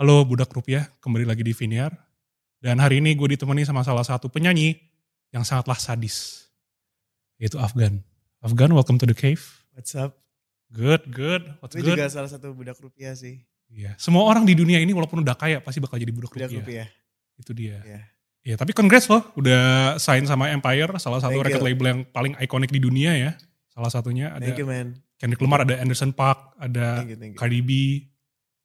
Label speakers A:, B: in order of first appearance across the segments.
A: Halo Budak Rupiah, kembali lagi di Viniar. Dan hari ini gue ditemani sama salah satu penyanyi yang sangatlah sadis. Yaitu Afgan. Afgan, welcome to the cave.
B: What's up?
A: Good, good. What's
B: Gue
A: good?
B: juga salah satu budak rupiah sih.
A: Iya. Semua orang di dunia ini walaupun udah kaya pasti bakal jadi budak,
B: Budak
A: rupiah.
B: rupiah.
A: Itu dia.
B: Iya.
A: Iya, tapi congrats loh udah sign sama Empire, salah satu
B: Thank
A: record
B: you.
A: label yang paling ikonik di dunia ya. Salah satunya ada
B: Thank you man.
A: Kendrick Lamar, ada Anderson Park, ada
B: Thank you, thank you.
A: Cardi B.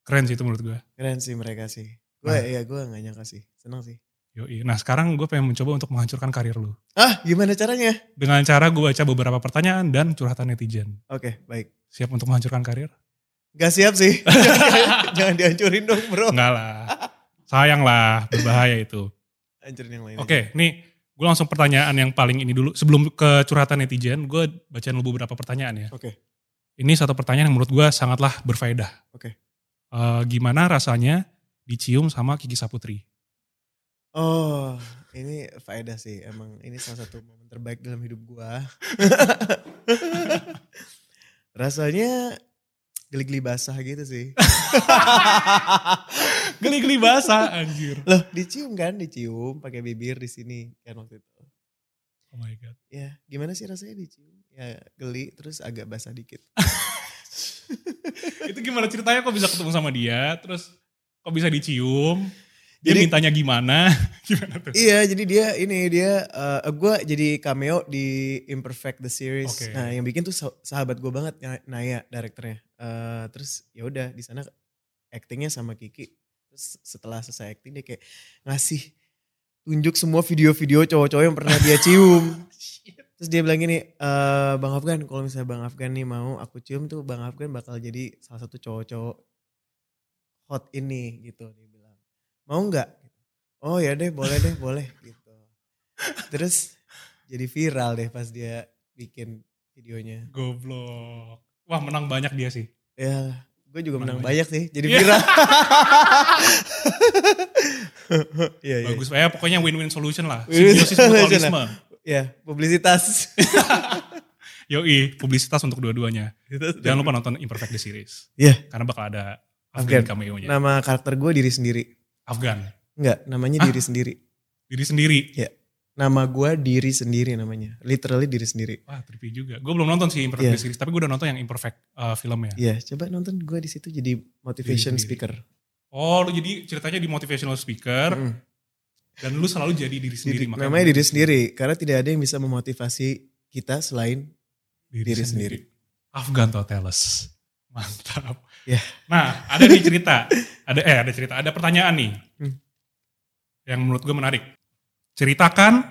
A: Keren sih itu menurut gue.
B: Keren sih mereka sih. Gue
A: Nah.
B: ya gue gak nyangka sih. Senang sih.
A: Yoi. Nah sekarang gue pengen mencoba untuk menghancurkan karir lu.
B: Ah gimana caranya?
A: Dengan cara gue baca beberapa pertanyaan dan curhatan netizen.
B: Oke baik.
A: Siap untuk menghancurkan karir?
B: Gak siap sih. Jangan dihancurin dong bro.
A: Enggak lah. Sayang lah, berbahaya itu.
B: Hancurin yang lain.
A: Oke, nih gue langsung pertanyaan yang paling ini dulu. Sebelum ke curhatan netizen, gue bacain lu beberapa pertanyaan ya.
B: aja. Oke.
A: Ini satu pertanyaan yang menurut gue sangatlah berfaedah.
B: Oke.
A: Eh, gimana rasanya dicium sama Kiki Saputri?
B: Oh ini faedah sih. Emang ini salah satu momen terbaik dalam hidup gue. Rasanya geli-geli basah gitu sih.
A: Geli-geli basah anjir.
B: Loh dicium kan? Dicium pakai bibir di sini kan waktu itu.
A: Oh my god.
B: ya gimana sih rasanya dicium ya geli terus agak basah dikit
A: Itu gimana ceritanya kok bisa ketemu sama dia, terus kok bisa dicium? Dia
B: Jadi-
A: mintanya gimana? Gimana tuh?
B: iya jadi dia ini dia eh gue jadi cameo di imperfect the series
A: Oke.
B: nah yang bikin tuh sah- sahabat gue banget Nay- Naya direkturnya Eh terus ya udah di sana actingnya sama Kiki terus setelah selesai acting dia kayak ngasih tunjuk semua video-video cowok-cowok yang pernah dia cium Terus dia bilang gini, "Eh, Bang Afgan kalau misalnya Bang Afgan nih mau aku cium tuh Bang Afgan bakal jadi salah satu cowok-cowok hot ini gitu. Dia bilang, mau nggak? Oh ya deh boleh deh boleh gitu. Terus jadi viral deh pas dia bikin videonya.
A: Goblok. Wah menang banyak dia sih.
B: Ya gue juga menang
A: Menang
B: banyak sih jadi
A: Iya.
B: viral. Iya iya.
A: Bagus. Ya pokoknya win-win solution lah.
B: Win-win
A: Simbiosis
B: solution lah.
A: mutualisme.
B: Ya publisitas.
A: Yoi, publisitas untuk dua-duanya. Jangan lupa nonton Imperfect the Series.
B: Iya.
A: Karena bakal ada Afgan
B: Afgan. Nah.
A: cameo-nya.
B: Nama karakter gue diri sendiri.
A: Afgan.
B: Enggak, namanya
A: Ah.
B: diri sendiri.
A: Diri sendiri.
B: Nama gua diri sendiri namanya. Literally diri sendiri.
A: Wah, trippy juga. Gue belum nonton sih Imperfect
B: Iya.
A: the Series, tapi gue udah nonton yang Imperfect uh, filmnya.
B: Iya, coba nonton gua di situ jadi motivation
A: Diri sendiri.
B: speaker.
A: Oh, lu jadi ceritanya di motivational speaker
B: Mm.
A: dan lu selalu jadi diri sendiri.
B: Diri-
A: makanya
B: namanya diri sendiri karena tidak ada yang bisa memotivasi kita selain
A: Diri,
B: Diri
A: sendiri. Afgan Toteles. Mantap.
B: Iya.
A: Nah, ada nih cerita. ada eh ada cerita, ada pertanyaan nih.
B: Hmm.
A: Yang menurut gue menarik. Ceritakan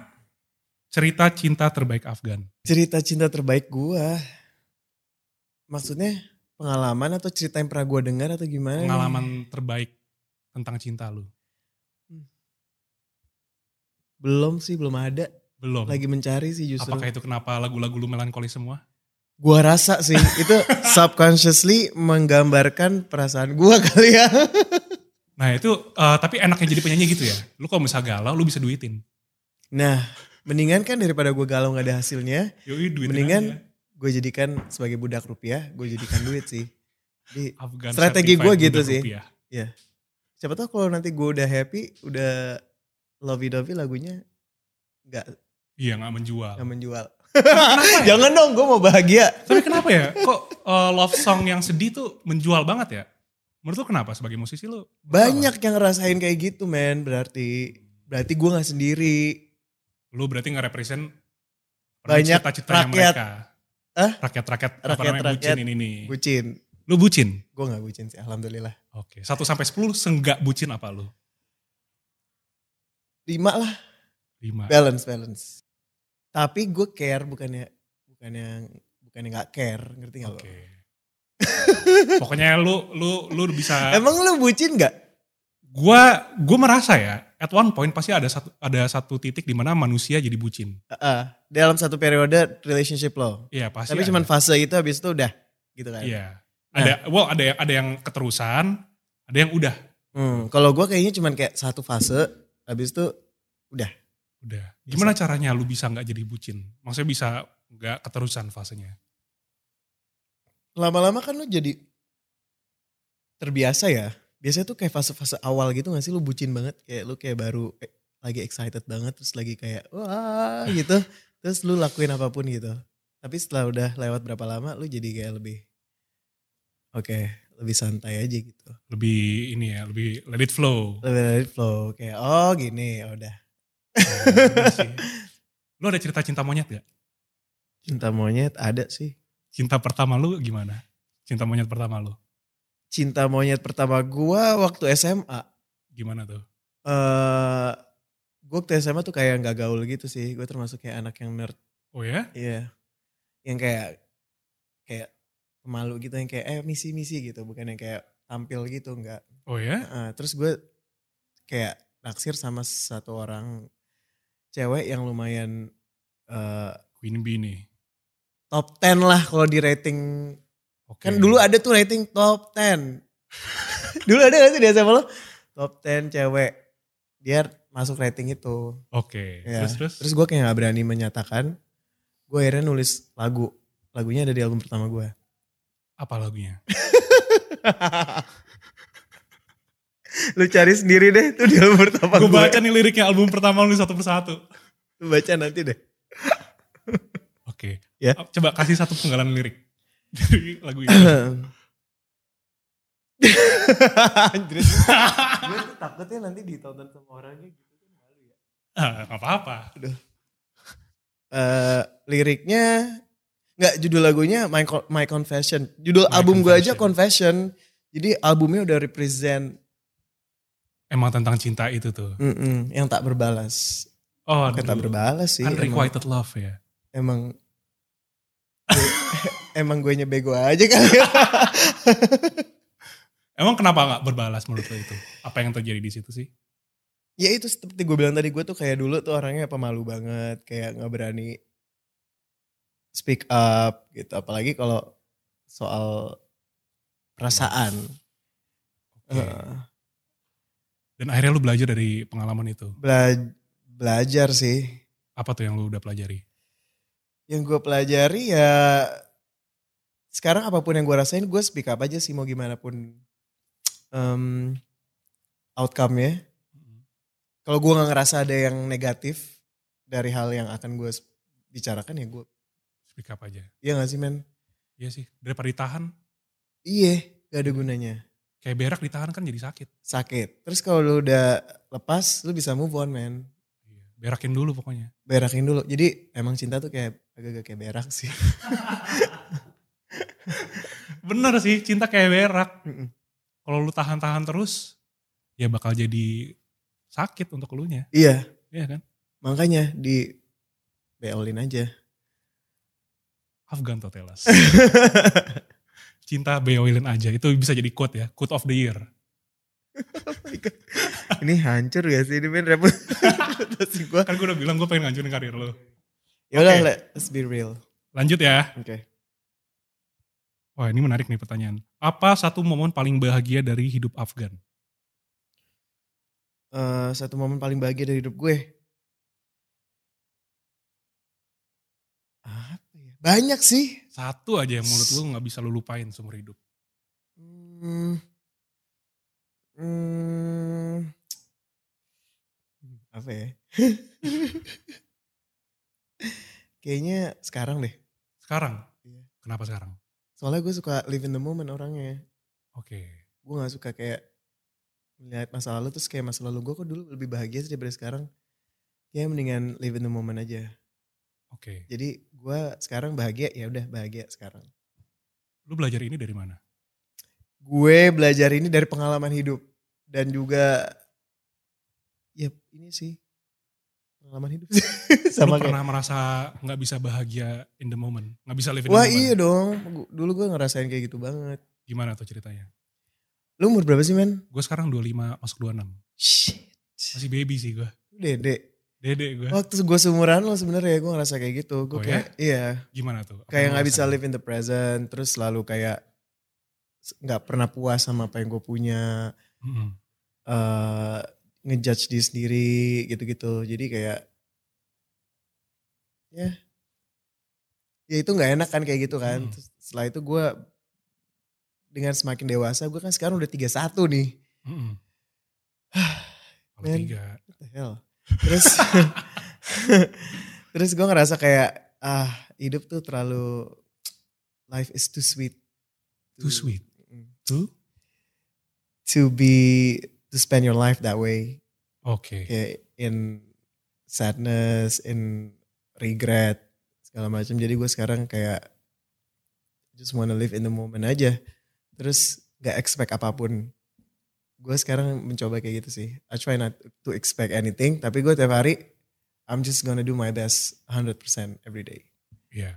A: cerita cinta terbaik Afgan.
B: cerita cinta terbaik gua. Maksudnya pengalaman atau cerita yang pernah gua dengar atau gimana? nih?
A: Pengalaman terbaik tentang cinta lu.
B: Belum sih, belum ada.
A: Belum.
B: Lagi mencari sih justru.
A: Apakah itu kenapa lagu-lagu lu melankolis semua?
B: Gua rasa sih itu subconsciously menggambarkan perasaan gua kali ya.
A: Nah itu, eh, tapi enaknya jadi penyanyi gitu ya. Lu kalau misalnya galau, lu bisa duitin.
B: Nah, mendingan kan daripada gua galau nggak ada hasilnya,
A: Yoi duitin
B: Mendingan
A: aja.
B: gue jadikan sebagai budak rupiah, gue jadikan duit sih. Jadi
A: Afgan
B: Strategi
A: Certified
B: gua gitu
A: Budak
B: sih.
A: Rupiah.
B: siapa tahu kalau nanti gue udah happy, udah lovey dovey lagunya nggak
A: Iya gak menjual.
B: nggak menjual. Jangan dong, gue mau bahagia.
A: Tapi kenapa ya? Kok eh, love song yang sedih tuh menjual banget ya? Menurut lu kenapa sebagai musisi lu?
B: Banyak yang ngerasain kayak gitu men, berarti berarti gue nggak sendiri.
A: Lu berarti nge-represent
B: Banyak
A: cita-citanya
B: rakyat.
A: mereka.
B: Hah?
A: Rakyat-rakyat apa
B: Rakyat-rakyat.
A: namanya bucin ini nih.
B: Bucin,
A: Lu bucin?
B: gue nggak bucin sih, alhamdulillah.
A: Oke. 1 sampai 10 senggak bucin apa lu?
B: Lima lah,
A: 5.
B: balance balance. Tapi gue care ya, bukannya bukannya bukannya nggak care, ngerti nggak lo?
A: Oke. Pokoknya lu lu lu bisa
B: Emang lu bucin nggak?
A: gua gua merasa ya at one point pasti ada satu ada satu titik di mana manusia jadi bucin.
B: Heeh. Ah, dalam satu periode relationship lo.
A: Iya, pasti.
B: Tapi
A: ada.
B: cuman fase itu habis itu udah gitu kan.
A: Iya. Ada well ada yang ada yang keterusan, ada yang udah
B: Hmm, kalau gua kayaknya cuman kayak satu fase habis itu
A: Udah. Gimana caranya lu bisa nggak jadi bucin? Maksudnya bisa nggak keterusan fasenya?
B: lama-lama kan lu jadi terbiasa ya. biasanya tuh kayak fase-fase awal gitu gak sih lu bucin banget kayak lu kayak baru eh, lagi excited banget terus lagi kayak wah gitu terus lu lakuin apapun gitu tapi setelah udah lewat berapa lama lu jadi kayak lebih oke lebih santai aja gitu
A: Lebih ini ya, lebih let it flow.
B: lebih let it flow kayak oh gini ya udah Iya
A: Bener sih. lu ada cerita cinta monyet gak?
B: cinta monyet ada sih
A: Cinta pertama lu gimana? Cinta monyet pertama lu
B: cinta monyet pertama gua waktu SMA
A: gimana tuh?
B: eh gue waktu SMA tuh kayak nggak gaul gitu sih gue termasuk kayak anak yang nerd
A: Oh ya?
B: Iya. Yang kayak kayak pemalu gitu yang kayak eh misi-misi gitu, bukan yang kayak tampil gitu enggak.
A: Oh ya?
B: Heeh, terus gue kayak naksir sama satu orang cewek yang lumayan eh,
A: Queen Bee nih.
B: top 10 lah kalau di rating.
A: Oke.
B: Kan dulu ada tuh rating top 10. dulu ada gak sih di SMA lo? Top 10 cewek. Dia masuk rating itu.
A: Oke.
B: Ya.
A: Terus terus.
B: Terus gue kayak gak berani menyatakan. Gue akhirnya nulis lagu. Lagunya ada di album pertama gue.
A: apa lagunya?
B: lu cari sendiri deh itu di album pertama
A: Gue
B: gue.
A: baca nih liriknya album pertama lu nih satu persatu.
B: Lu baca nanti deh.
A: Oke.
B: Ya.
A: Coba kasih satu penggalan lirik dari lagu ini.
B: Anjir. gue tuh takutnya nanti ditonton sama orangnya gitu kan malu ya.
A: Ah, nggak apa-apa.
B: Eh, liriknya nggak judul lagunya My, Con- My Confession. Judul
A: My
B: album gue aja
A: Confession.
B: Confession. Jadi albumnya udah represent
A: Emang tentang cinta itu tuh.
B: mm-mm, yang tak berbalas.
A: Oh,
B: Bukan tak
A: aduh.
B: berbalas sih. Emang,
A: Unrequited love ya.
B: emang emang gue bego aja kali. ya.
A: Emang kenapa nggak berbalas menurut lo itu? Apa yang terjadi di situ sih?
B: ya itu seperti gue bilang tadi gue tuh kayak dulu tuh orangnya pemalu banget kayak nggak berani speak up gitu apalagi kalau soal perasaan
A: Oke.
B: Eh,
A: Dan akhirnya lu belajar dari pengalaman itu.
B: bela- belajar sih
A: Apa tuh yang lu udah pelajari?
B: yang gue pelajari ya sekarang apapun yang gue rasain gue speak up aja sih mau gimana pun em outcome nya kalau gue nggak ngerasa ada yang negatif dari hal yang akan gue bicarakan ya gue
A: Speak up aja.
B: ya nggak sih men
A: Iya sih. Daripada ditahan,
B: Iya, gak ada gunanya.
A: kayak berak ditahan kan jadi sakit.
B: Sakit. Terus kalau lu udah lepas, lu bisa move on, man.
A: Iya. Berakin dulu pokoknya.
B: Berakin dulu. Jadi emang cinta tuh kayak agak-agak kayak berak sih.
A: Bener sih, cinta kayak berak.
B: Mm-mm.
A: Kalau lu tahan-tahan terus, ya bakal jadi sakit untuk elunya.
B: iya,
A: Iya kan?
B: makanya di beolin aja.
A: Afgan Totelas. cinta beoilin aja. Itu bisa jadi quote ya. Quote of the year.
B: Ini hancur gak sih? Ini men repot. gue.
A: Kan gue udah bilang gue pengen ngancurin karir lo. Oke.
B: Yaudah, Ya let's be real.
A: Lanjut ya.
B: Oke.
A: Wah ini menarik nih pertanyaan. Apa satu momen paling bahagia dari hidup Afgan?
B: Eh, satu momen paling bahagia dari hidup gue. Apa ya? Banyak sih.
A: Satu aja yang menurut lu gak bisa lu lupain seumur hidup.
B: Hmm. Hmm. Apa ya? Kayaknya sekarang deh.
A: Sekarang?
B: Iya.
A: Kenapa sekarang?
B: Soalnya gue suka live in the moment orangnya.
A: Oke.
B: Gue gak suka kayak melihat masa lalu terus kayak masa lalu gue kok dulu lebih bahagia sih daripada sekarang. Ya mendingan live in the moment aja.
A: Oke.
B: Jadi gue sekarang bahagia ya udah bahagia sekarang.
A: Lu belajar ini dari mana?
B: gue belajar ini dari pengalaman hidup dan juga ya ini sih pengalaman hidup sama
A: lu
B: kayak
A: pernah merasa nggak bisa bahagia in the moment? Nggak bisa live in the
B: wah
A: moment?
B: iya dong Gu- dulu gue ngerasain kayak gitu banget
A: Gimana tuh ceritanya?
B: lu umur berapa sih men
A: Gue sekarang 25 masuk 26.
B: shit
A: Masih baby sih gue.
B: Lu dede
A: Dede gue.
B: waktu gue seumuran lo sebenarnya gue ngerasa kayak gitu gue
A: Oh ya?
B: kayak iya
A: Gimana tuh? Apa yang
B: kayak nggak
A: lu
B: bisa
A: rasain?
B: live in the present terus selalu kayak s- nggak pernah puas sama apa yang gue punya
A: Mm-mm.
B: eh ngejudge diri sendiri gitu-gitu. Jadi kayak ya ya itu nggak enak kan kayak gitu kan.
A: Hmm.
B: Terus setelah itu gue dengan semakin dewasa gue kan sekarang udah 31 nih.
A: Mm-mm. Paling
B: Man.
A: tiga.
B: What the hell? Terus terus gue ngerasa kayak ah hidup tuh terlalu life is too sweet.
A: Too sweet. Tuh.
B: To be to spend your life that way.
A: Oke.
B: Kayak in sadness, in regret segala macam. Jadi gue sekarang kayak just wanna live in the moment aja. Terus gak expect apapun. Gue sekarang mencoba kayak gitu sih. I try not to expect anything. Tapi gue tiap hari I'm just gonna do my best 100% every day.
A: Iya.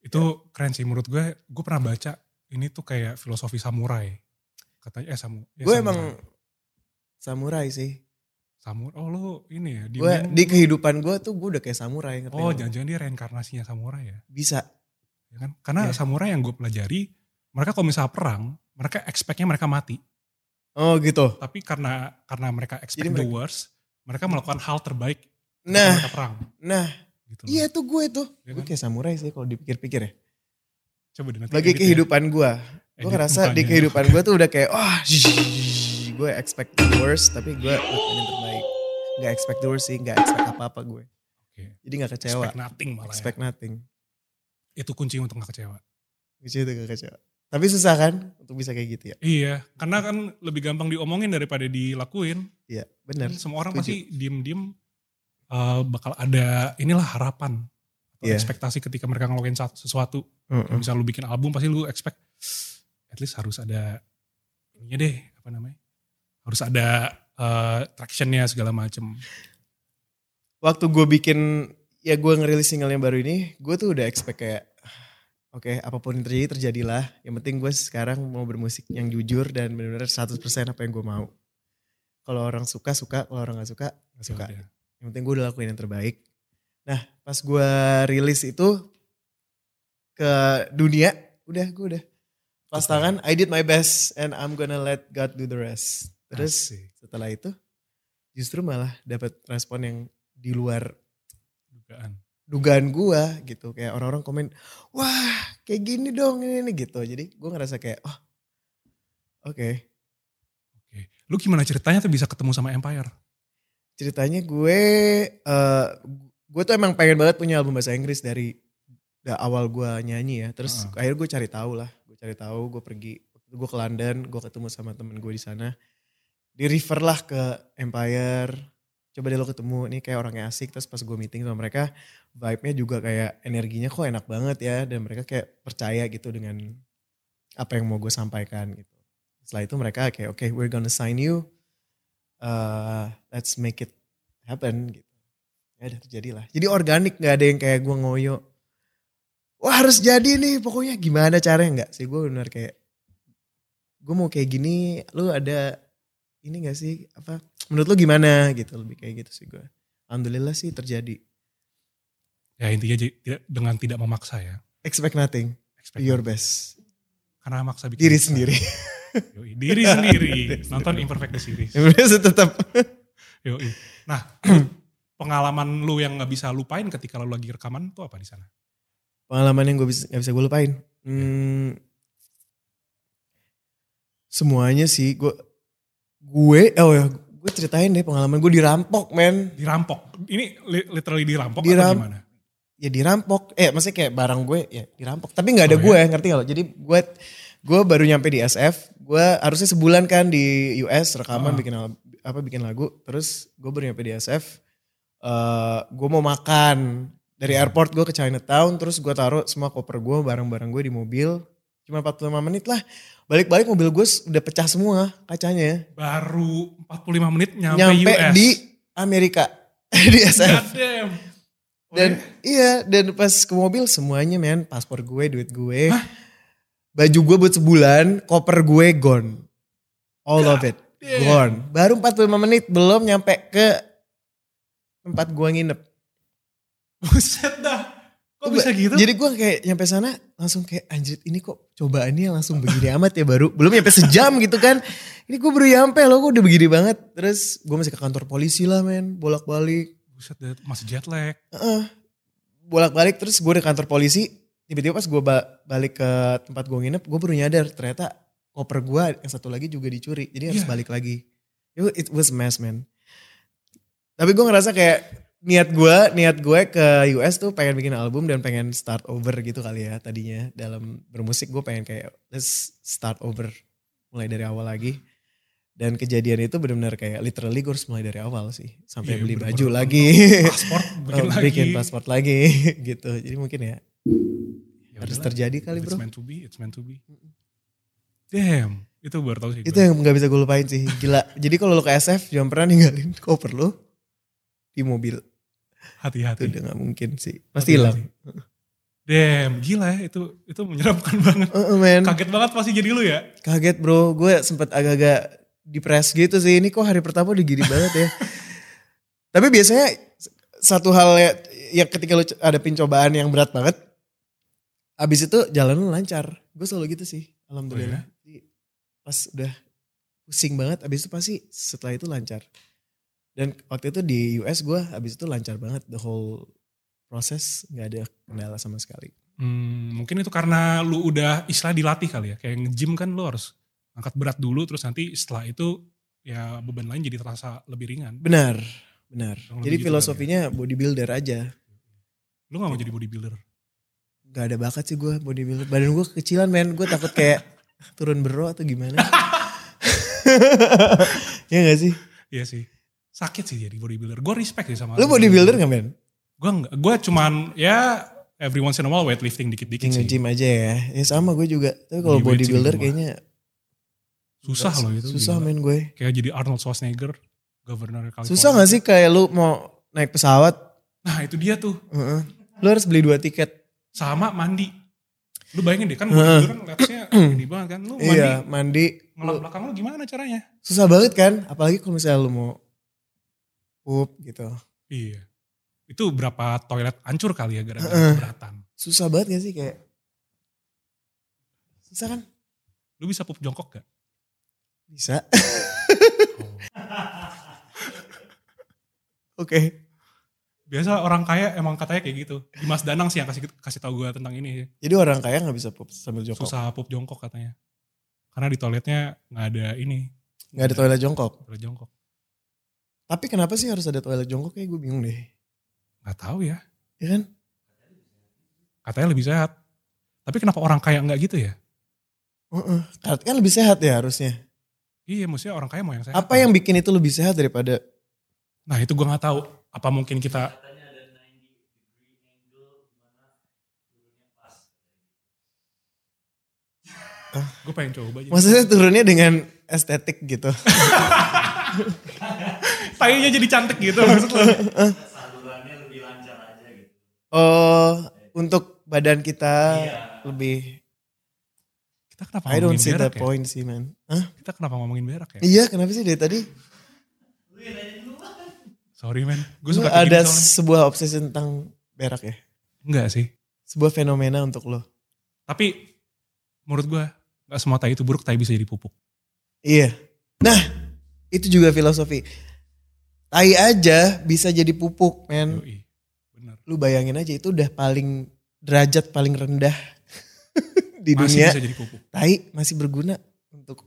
A: Itu
B: Ya.
A: keren sih menurut gue. Gue pernah baca ini tuh kayak filosofi samurai. Katanya eh samu. ya,
B: gue
A: samurai.
B: emang samurai sih.
A: samurai. Oh lu ini ya. Di,
B: Gue di kehidupan gue tuh gue udah kayak samurai ngerti
A: Oh
B: nggak?
A: jangan-jangan dia reinkarnasinya samurai ya.
B: bisa.
A: ya kan? Karena
B: Iya.
A: samurai yang gue pelajari, mereka kalau misalnya perang, mereka expect-nya mereka mati.
B: Oh gitu.
A: Tapi karena karena mereka expect
B: Jadi
A: the
B: mereka-
A: worst, mereka melakukan hal terbaik ketika
B: Nah,
A: mereka perang.
B: nah
A: Gitu loh.
B: iya tuh gue tuh.
A: Iya
B: Gue
A: kan?
B: kayak samurai sih kalau dipikir-pikir ya.
A: Coba deh nanti
B: Bagi
A: edit ya.
B: kehidupan gue.
A: Edit
B: Gue ngerasa di
A: mukanya.
B: kehidupan gue tuh udah kayak wah shhh, gue expect the worst tapi gue lakukan yang terbaik. Gak expect the worst sih, gak expect apa-apa gue.
A: Oke.
B: Jadi gak kecewa.
A: Expect nothing malah ya.
B: Expect nothing.
A: Itu kunci untuk gak kecewa.
B: Gitu itu gak kecewa. Tapi susah kan untuk bisa kayak gitu ya.
A: Iya, karena kan lebih gampang diomongin daripada dilakuin. Kan
B: Iya bener.
A: Semua orang
B: Setuju.
A: pasti diem-diem eh, bakal ada inilah harapan. Atau
B: Iya. Hmm.
A: Ekspektasi ketika mereka ngelakuin sa- sesuatu. Kalau
B: Mm-mm.
A: misalnya lu bikin album pasti lu expect at least harus ada ininya deh apa namanya harus ada eh, tractionnya segala macem
B: Waktu gue bikin, ya gue ngerilis single yang baru ini, gue tuh udah expect kayak Oke, apapun yang terjadi terjadilah. Yang penting gue sekarang mau bermusik yang jujur dan benar-benar 100% apa yang gue mau. Kalau orang suka suka, kalau orang nggak suka nggak suka.
A: Ya udah.
B: Yang penting gue udah lakuin yang terbaik. Nah pas gue rilis itu ke dunia, udah gue udah. Pas
A: Oke.
B: tangan, I did my best and I'm gonna let God do the rest. Terus
A: Asik.
B: setelah itu justru malah dapat respon yang di luar
A: dugaan
B: dugaan gua gitu kayak orang-orang komen wah kayak gini dong ini, ini gitu jadi gua ngerasa kayak oh oke
A: oke lu gimana ceritanya tuh bisa ketemu sama Empire
B: ceritanya gue eh gue tuh emang pengen banget punya album bahasa Inggris dari da- awal gua nyanyi ya terus
A: Heeh.
B: akhirnya gue cari tahu lah gue cari tahu gue pergi gue ke London gue ketemu sama temen gue di sana di river lah ke Empire coba deh lo ketemu ini kayak orangnya asik terus pas gue meeting sama mereka vibe-nya juga kayak energinya kok enak banget ya dan mereka kayak percaya gitu dengan apa yang mau gue sampaikan gitu setelah itu mereka kayak oke we're gonna sign you Uh, let's make it happen gitu ya udah terjadilah jadi organik nggak ada yang kayak gue ngoyo wah harus jadi nih pokoknya gimana caranya nggak sih gue benar kayak gue mau kayak gini lu ada ini gak sih apa menurut lu gimana gitu lebih kayak gitu sih gue alhamdulillah sih terjadi
A: ya intinya jadi- tidak dengan tidak memaksa ya
B: expect nothing
A: Expect
B: do your best
A: karena maksa bikin
B: Iya. diri
A: susah.
B: sendiri
A: Yoi, diri sendiri
B: Diri
A: nonton
B: sendiri.
A: Imperfect the Series
B: tetap
A: Yoi. nah pengalaman lu yang nggak bisa lupain ketika lu lagi rekaman tuh apa di sana
B: pengalaman yang gue bisa gak bisa gue lupain hmm, semuanya sih gue gue oh ya gue ceritain deh pengalaman gue dirampok men
A: dirampok ini li- literally dirampok
B: Diram-
A: atau gimana
B: ya dirampok eh maksudnya kayak barang gue ya dirampok tapi nggak ada
A: Oh,
B: gue ngerti nggak lo? jadi gue gue baru nyampe di SF gue harusnya sebulan kan di US rekaman
A: Ah.
B: bikin al- apa bikin lagu terus gue baru nyampe di SF eh gue mau makan dari
A: Hmm.
B: airport gue ke Chinatown terus gue taruh semua koper gue barang-barang gue di mobil cuma 45 menit lah balik-balik mobil gue s- udah pecah semua kacanya
A: baru 45 menit nyampe,
B: nyampe
A: US.
B: di Amerika di SF
A: God damn. Oh
B: dan
A: ya?
B: iya dan pas ke mobil semuanya men paspor gue duit gue baju gue buat sebulan koper gue gone all of it
A: damn.
B: gone baru 45 menit belum nyampe ke tempat gue nginep
A: buset dah. Kok
B: Coba,
A: bisa gitu?
B: jadi gue kayak nyampe sana langsung kayak anjir ini kok cobaannya langsung begini amat ya baru belum nyampe sejam gitu kan ini gue baru nyampe loh gue udah begini banget terus gue masih ke kantor polisi lah men bolak balik
A: Buset dah, masih jet lag.
B: Heeh. bolak-balik terus gue di kantor polisi tiba-tiba pas gue ba- balik ke tempat gue nginep gue baru nyadar ternyata koper gue yang satu lagi juga dicuri jadi
A: Iya.
B: harus balik lagi it, wa- it was a mess man tapi gue ngerasa kayak niat gue niat gue ke US tuh pengen bikin album dan pengen start over gitu kali ya tadinya dalam bermusik gue pengen kayak let's start over mulai dari awal lagi dan kejadian itu benar-benar kayak literally gue harus mulai dari awal sih sampai
A: Iya,
B: beli
A: bener-bener.
B: baju lagi
A: Paspor bikin
B: Oh,
A: lagi.
B: bikin pasport lagi gitu jadi mungkin ya
A: Ya
B: harus
A: udahlah.
B: terjadi kali
A: If
B: bro
A: It's meant to be, it's meant to be. Damn, itu baru tau sih.
B: itu
A: gue.
B: yang nggak bisa gue lupain sih gila jadi kalau lo ke SF jangan pernah ninggalin koper lo di mobil itu
A: Hati-hati.
B: udah nggak mungkin sih pasti hilang
A: Damn, gila ya itu itu menyeramkan banget.
B: Heeh, Eh, men
A: Kaget banget pasti jadi lu ya.
B: kaget bro gue sempet agak-agak depres gitu sih ini kok hari pertama udah gini banget ya tapi biasanya satu hal ya, ya ketika lo ada pencobaan yang berat banget abis itu jalan lo lancar gue selalu gitu sih
A: Oh,
B: alhamdulillah
A: iya?
B: Jadi pas udah pusing banget abis itu pasti setelah itu lancar dan waktu itu di US gue abis itu lancar banget the whole proses nggak ada kendala sama sekali
A: Hmm, mungkin itu karena lu udah istilah dilatih kali ya. Kayak nge-gym kan lu harus angkat berat dulu terus nanti setelah itu ya beban lain jadi terasa lebih ringan.
B: benar benar
A: Kurang lebih gitu kali
B: jadi
A: ya.
B: filosofinya bodybuilder aja
A: Lu gak mau jadi bodybuilder?
B: Gak ada bakat sih gue bodybuilder. Badan gue kecilan men. Gue takut kayak turun bero atau gimana. ya gak sih?
A: Iya sih. Sakit sih jadi bodybuilder. Gue respect sih sama.
B: Lu bodybuilder gak men?
A: Gue enggak. Gue cuman ya every once in a while weightlifting dikit-dikit sih.
B: Nge-gym aja ya. Ya sama gue juga. Tapi kalau
A: Beli weight sih di
B: bodybuilder
A: rumah.
B: kayaknya.
A: Susah loh itu.
B: Susah
A: gila.
B: men gue.
A: Kayak jadi Arnold Schwarzenegger, governor California.
B: Susah gak sih kayak lu mau naik pesawat.
A: Nah itu dia tuh.
B: Heeh. Lu harus beli dua tiket.
A: Sama mandi. Lu bayangin deh kan
B: Heeh.
A: bodybuilder kan lapsnya gini banget kan. Lu mandi
B: Iya mandi.
A: ngelap
B: Lu-
A: belakang lu gimana caranya?
B: Susah banget kan. Apalagi kalau misalnya lu mau pup gitu.
A: Iya. Itu berapa toilet hancur kali ya gara-gara
B: Heeh.
A: keberatan.
B: Susah banget gak sih kayak. Susah kan?
A: Lu bisa pup jongkok gak?
B: Bisa.
A: Oh.
B: Oh. Oke.
A: Biasa orang kaya emang katanya kayak gitu. Dimas Danang sih yang kasih kasih tahu gue tentang ini.
B: Jadi orang kaya nggak bisa pup sambil jongkok.
A: Susah pup jongkok katanya. Karena di toiletnya nggak ada ini.
B: Nggak ada toilet jongkok.
A: Toilet jongkok.
B: Tapi kenapa sih harus ada toilet jongkok? Kayak gue bingung deh.
A: Nggak tahu ya.
B: Ya kan?
A: Katanya lebih sehat. Tapi kenapa orang kaya nggak gitu ya?
B: Heeh. Karena kan lebih sehat ya harusnya.
A: Iya, maksudnya orang kaya mau yang sehat.
B: Apa yang bikin itu lebih sehat daripada
A: Nah itu gue nggak tahu. Apa mungkin kita?
B: Ah.
A: gue pengen coba aja.
B: maksudnya turunnya dengan estetik gitu?
A: Tayunya jadi cantik gitu maksud lu.
B: Oh, untuk badan kita lebih.
A: Kita kenapa
B: I don't
A: ngomongin
B: see
A: Iya. berak
B: that
A: ya?
B: point sih, man. Hah?
A: Kita kenapa ngomongin berak ya?
B: Iya, kenapa sih dari tadi?
A: Sorry men. Gue
B: Lu
A: suka kayak
B: ada
A: gitu soalnya.
B: sebuah obsesi tentang berak ya?
A: Enggak sih.
B: Sebuah fenomena untuk lo.
A: Tapi menurut gue nggak semua tai itu buruk, tai bisa jadi pupuk.
B: Iya. Nah, itu juga filosofi. Tai aja bisa jadi pupuk, men.
A: Yoi. Bener.
B: Lu bayangin aja itu udah paling derajat paling rendah di
A: Masih
B: dunia.
A: bisa jadi pupuk.
B: Tai masih berguna untuk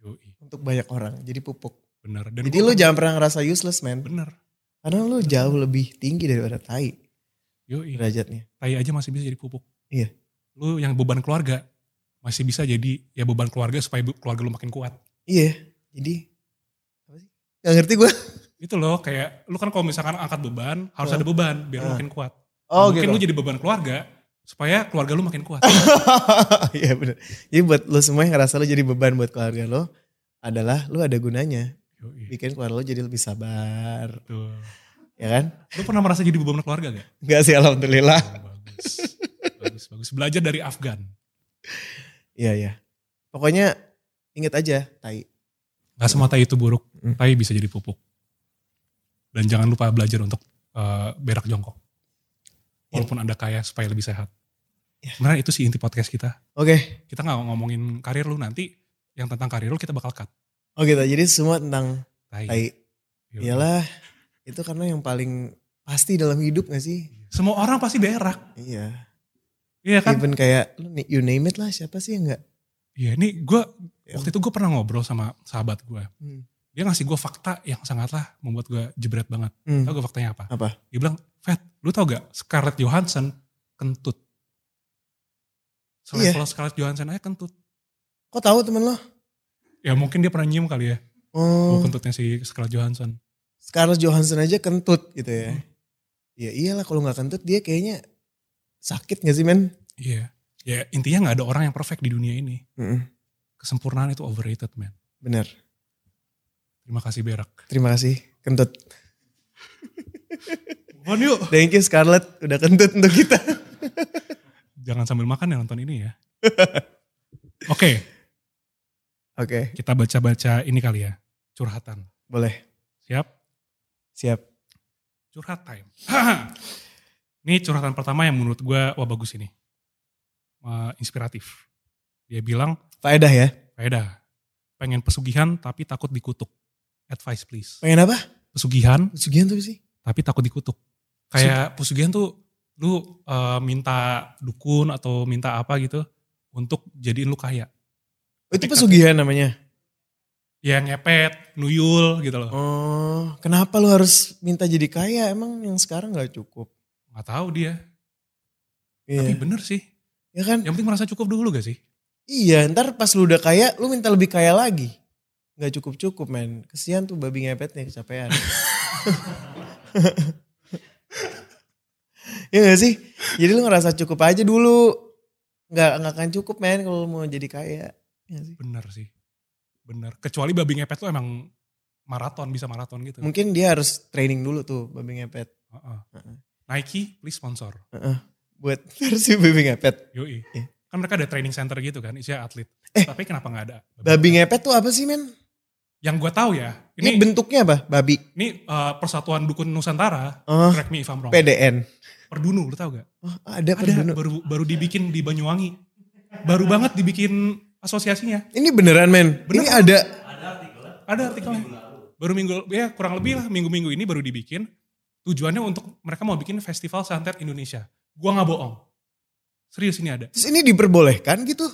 A: Yoi.
B: untuk banyak orang. Jadi pupuk.
A: Bener. Dan kan
B: Jadi
A: gua-
B: lu jangan pernah ngerasa useless, men.
A: Bener.
B: Karena lu jauh lebih tinggi daripada tai
A: Yoi.
B: derajatnya.
A: Tai aja masih bisa jadi pupuk.
B: Iya.
A: Lu yang beban keluarga masih bisa jadi ya beban keluarga supaya bu- keluarga lu makin kuat.
B: Iya. Jadi apa sih? Gak ngerti gue.
A: Itu loh kayak lu kan kalau misalkan angkat beban harus ada
B: Hah?
A: beban biar lu
B: Hah.
A: makin kuat.
B: Iya. Oh,
A: Mungkin lu
B: gitu.
A: jadi beban keluarga supaya keluarga lu makin kuat.
B: Iya bener. Jadi buat lu semua yang ngerasa lu jadi beban buat keluarga lo adalah lu ada gunanya.
A: Yoi.
B: bikin keluarga lo jadi lebih sabar,
A: Betul.
B: ya kan?
A: Lu pernah merasa jadi beban keluarga gak?
B: Enggak sih alhamdulillah.
A: Oh, bagus. bagus, bagus. Belajar dari Afgan.
B: Iya ya. Pokoknya inget aja tai.
A: Gak semua tai itu buruk,
B: Mm.
A: tai bisa jadi pupuk. Dan jangan lupa belajar untuk eh, berak jongkok. Walaupun Anda kaya supaya lebih sehat.
B: Iya.
A: Sebenarnya itu sih inti podcast kita.
B: Oke.
A: Kita nggak ngomongin karir lu nanti, yang tentang karir lu kita bakal cut.
B: Oke, gitu. jadi semua tentang
A: Tai. Iya.
B: tai.
A: Yoi.
B: Iyalah. Itu karena yang paling pasti dalam hidup gak sih?
A: Semua orang pasti berak.
B: Iya.
A: Iya kan?
B: Even kayak lu ni- you name it lah, siapa sih yang enggak
A: Iya ini gue,
B: Ya.
A: waktu itu gue pernah ngobrol sama sahabat gue.
B: Hmm.
A: Dia ngasih gue fakta yang sangatlah membuat gue jebret banget.
B: Hmm.
A: Tau gue faktanya apa?
B: Apa?
A: Dia bilang, Fat, lu tau gak Scarlett Johansson kentut.
B: Iya.
A: Selevel Scarlett Johansson aja kentut.
B: Kok tahu temen lo?
A: Ya mungkin dia pernah nyium kali ya. bau
B: Oh,
A: kentutnya si Scarlett Johansson.
B: Scarlett Johansson aja kentut gitu ya.
A: Hmm.
B: Ya iyalah kalau nggak kentut dia kayaknya sakit gak sih men?
A: Iya. Ya intinya gak ada orang yang perfect di dunia ini.
B: Mm-mm,
A: Kesempurnaan itu overrated man.
B: Hmm, Bener.
A: Terima kasih Berak.
B: Terima kasih kentut.
A: Mohon yuk.
B: Thank you Scarlett udah kentut untuk kita.
A: Jangan sambil makan ya nonton ini ya. Oke,
B: Oke,
A: kita baca-baca ini kali ya. Curhatan.
B: boleh.
A: Siap?
B: Siap.
A: Curhat time. ini curhatan pertama yang menurut gue, wah bagus ini. Wah, inspiratif. Dia bilang,
B: Faedah ya.
A: Faedah, pengen pesugihan tapi takut dikutuk. Advice please.
B: Pengen apa?
A: Pesugihan
B: Pesugihan tuh apa sih?
A: tapi takut dikutuk. Kayak pesugihan tuh lu eh, minta dukun atau minta apa gitu untuk jadiin lu kaya.
B: Oh, itu pesugihan namanya.
A: Ya ngepet, nuyul gitu loh.
B: Oh, kenapa lu harus minta jadi kaya? Emang yang sekarang nggak cukup?
A: Nggak tahu dia. Tapi
B: Iya.
A: bener sih.
B: Ya kan?
A: Yang penting merasa cukup dulu gak sih?
B: Iya, ntar pas lu udah kaya, lu minta lebih kaya lagi. Nggak cukup-cukup men. Kesian tuh babi ngepetnya kecapean. Iya gak sih? Jadi lu ngerasa cukup aja dulu. Nggak, nggak akan cukup men kalau lu mau jadi kaya. Iya nggak sih?
A: Bener sih. Bener. Kecuali babi ngepet lu emang maraton, bisa maraton gitu.
B: Mungkin dia harus training dulu tuh babi ngepet.
A: Heeh.
B: Heeh.
A: Nike, please sponsor.
B: Buat versi babi ngepet.
A: Yoi.
B: Iya.
A: Kan mereka ada training center gitu kan, isinya atlet.
B: Eh.
A: Tapi kenapa nggak ada?
B: Babi ngepet tuh apa sih men?
A: Yang gue tahu ya, ini
B: Ini, bentuknya apa? Babi.
A: ini eh, Persatuan Dukun Nusantara,
B: Oh,
A: correct me if I'm wrong.
B: PDN.
A: Perdunu, lu tau gak?
B: Oh,
A: Ada,
B: ada, perdunu.
A: baru baru dibikin di Banyuwangi. Baru banget dibikin asosiasinya.
B: Ini beneran men.
A: Bener.
B: Ini ada.
A: Ada artikelnya. Baru minggu, ya kurang lebih lah minggu-minggu ini baru dibikin. Tujuannya untuk mereka mau bikin festival santet Indonesia. Gua nggak bohong. Serius ini ada.
B: Terus ini diperbolehkan gitu?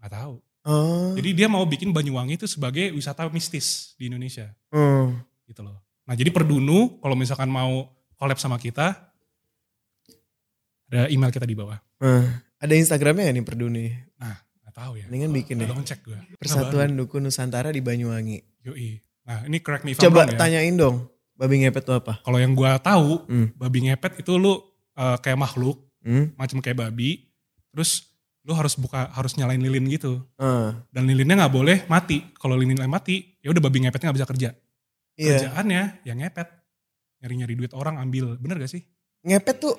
A: Gak tahu.
B: Oh.
A: Jadi dia mau bikin Banyuwangi itu sebagai wisata mistis di Indonesia.
B: Hmm.
A: gitu loh. Nah jadi Perdunu kalau misalkan mau collab sama kita, ada email kita di bawah.
B: Hmm. Ada Instagramnya gak nih Perduni?
A: Nggak tahu ya.
B: Mendingan bikin deh.
A: Tolong cek gue.
B: Persatuan Dukun Nusantara di Banyuwangi.
A: Yoi. Nah ini correct me if I'm
B: Coba
A: wrong ya.
B: tanyain dong, babi ngepet tuh apa?
A: Kalau yang gue tahu,
B: Hmm.
A: babi ngepet itu lu eh, kayak makhluk,
B: Hmm?
A: macam kayak babi. Terus lu harus buka, harus nyalain lilin gitu.
B: Ah,
A: Dan lilinnya nggak boleh mati. Kalau lilinnya mati, ya udah babi ngepetnya nggak bisa kerja.
B: Iya.
A: Kerjaannya yang ngepet, nyari-nyari duit orang ambil, bener gak sih?
B: Ngepet tuh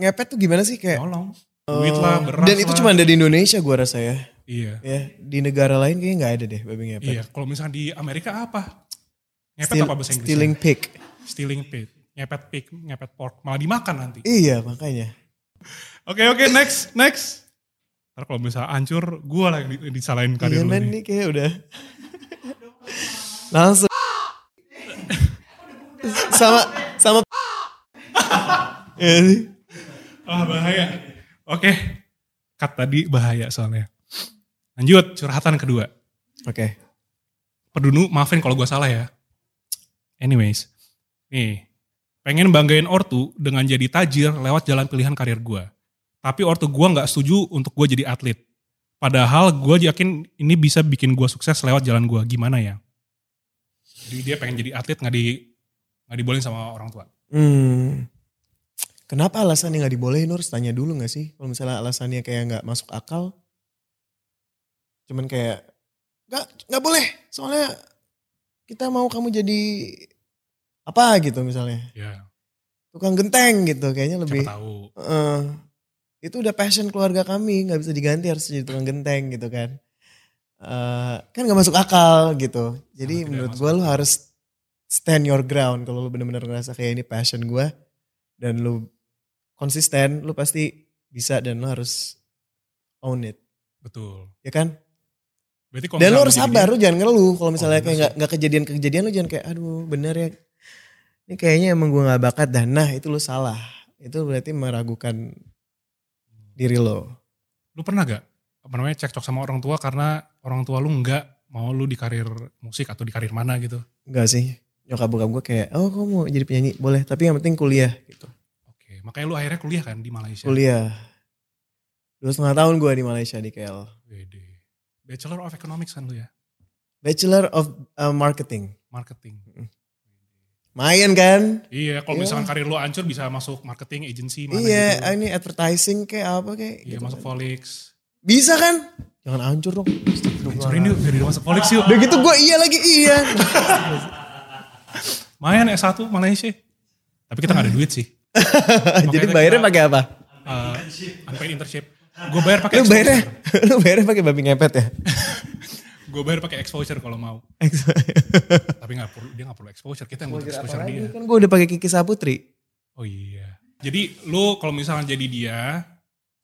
B: ngepet tuh gimana sih kayak? Oh.
A: Tolong, duit lah, beras
B: Dan itu
A: lah.
B: cuma ada di Indonesia gua rasa ya.
A: Iya.
B: Ya, di negara lain kayaknya nggak ada deh babi ngepet.
A: Iya, kalau misalnya di Amerika apa? Ngepet
B: Steal-
A: apa bahasa Inggrisnya?
B: stealing pig.
A: Stealing pig. Ngepet pig, ngepet pork. Malah dimakan nanti.
B: Iya, makanya.
A: Oke, oke, next, next. Ntar kalau misalnya hancur, gue lah yang di- disalahin karir
B: Iya
A: lu nih.
B: men nih kayak udah. Langsung. sama sama Iya sih.
A: Ah, bahaya. Oke. Cut tadi bahaya soalnya. Lanjut, curhatan kedua.
B: Oke.
A: Perdunu, maafin kalau gue salah ya. Anyways. Nih, pengen banggain Ortu dengan jadi tajir lewat jalan pilihan karir gue. Tapi Ortu gue nggak setuju untuk gue jadi atlet. Padahal gue yakin ini bisa bikin gue sukses lewat jalan gue. Gimana ya? Jadi dia pengen jadi atlet nggak di nggak dibolehin sama orang tua.
B: Hmm. Kenapa alasannya nggak dibolehin harus tanya dulu nggak sih? Kalau misalnya alasannya kayak nggak masuk akal, cuman kayak nggak nggak boleh soalnya kita mau kamu jadi apa gitu misalnya
A: Ya,
B: tukang genteng gitu kayaknya
A: siapa
B: lebih
A: tahu.
B: eh, itu udah passion keluarga kami nggak bisa diganti harus jadi tukang genteng gitu kan Eh, kan nggak masuk akal gitu
A: Sangat
B: jadi
A: tidak
B: menurut
A: masuk
B: gue lu
A: akal.
B: harus stand your ground kalau lu bener-bener ngerasa kayak ini passion gue dan lu konsisten lu pasti bisa dan lu harus own it
A: Betul.
B: ya kan
A: Berarti kalau
B: dan lu
A: misalnya
B: harus
A: jadi
B: sabar, lu jangan ngeluh. Kalau misalnya
A: Oh,
B: kayak
A: bener
B: nggak nggak kejadian-kejadian, lu jangan kayak, aduh bener ya. Ini kayaknya emang gue nggak bakat dah. Nah itu lu salah. Itu berarti meragukan diri lo.
A: dia, Lu pernah gak apa namanya cekcok sama orang tua karena orang tua lu nggak mau lu di karir musik atau di karir mana gitu.
B: Enggak sih. Nyokap bokap gue kayak, oh kamu mau jadi penyanyi? Boleh, tapi yang penting kuliah gitu.
A: Oke, makanya lu akhirnya kuliah kan di Malaysia.
B: Kuliah. Dua setengah tahun gue di Malaysia di KL.
A: Wede. Bachelor of Economics kan lu ya,
B: Bachelor of uh, Marketing.
A: marketing.
B: Mayan kan?
A: Iya, kalau
B: Iya.
A: misalkan karir lu hancur bisa masuk marketing agency mana
B: Iya,
A: gitu.
B: ini advertising kayak apa kayak
A: Iya,
B: gitu
A: masuk
B: kan.
A: Volix.
B: Bisa kan? Jangan hancur dong. Iya.
A: Hancurin yuk, biar masuk Volix yuk.
B: Udah gitu gue iya lagi iya.
A: Mayan S1 Malaysia. Tapi kita gak ada duit sih.
B: Jadi
A: kita-
B: bayarnya pakai apa?
A: Eh, unpaid internship. Gue bayar pakai
B: Lu bayarnya,
A: exposure.
B: lu bayarnya pakai babi ngepet ya?
A: Gue bayar pakai exposure kalau mau. Tapi nggak perlu dia nggak perlu exposure. Kita yang butuh exposure dia.
B: kan gue udah pakai Kiki Saputri.
A: Oh iya. Jadi lu kalau misalnya jadi dia,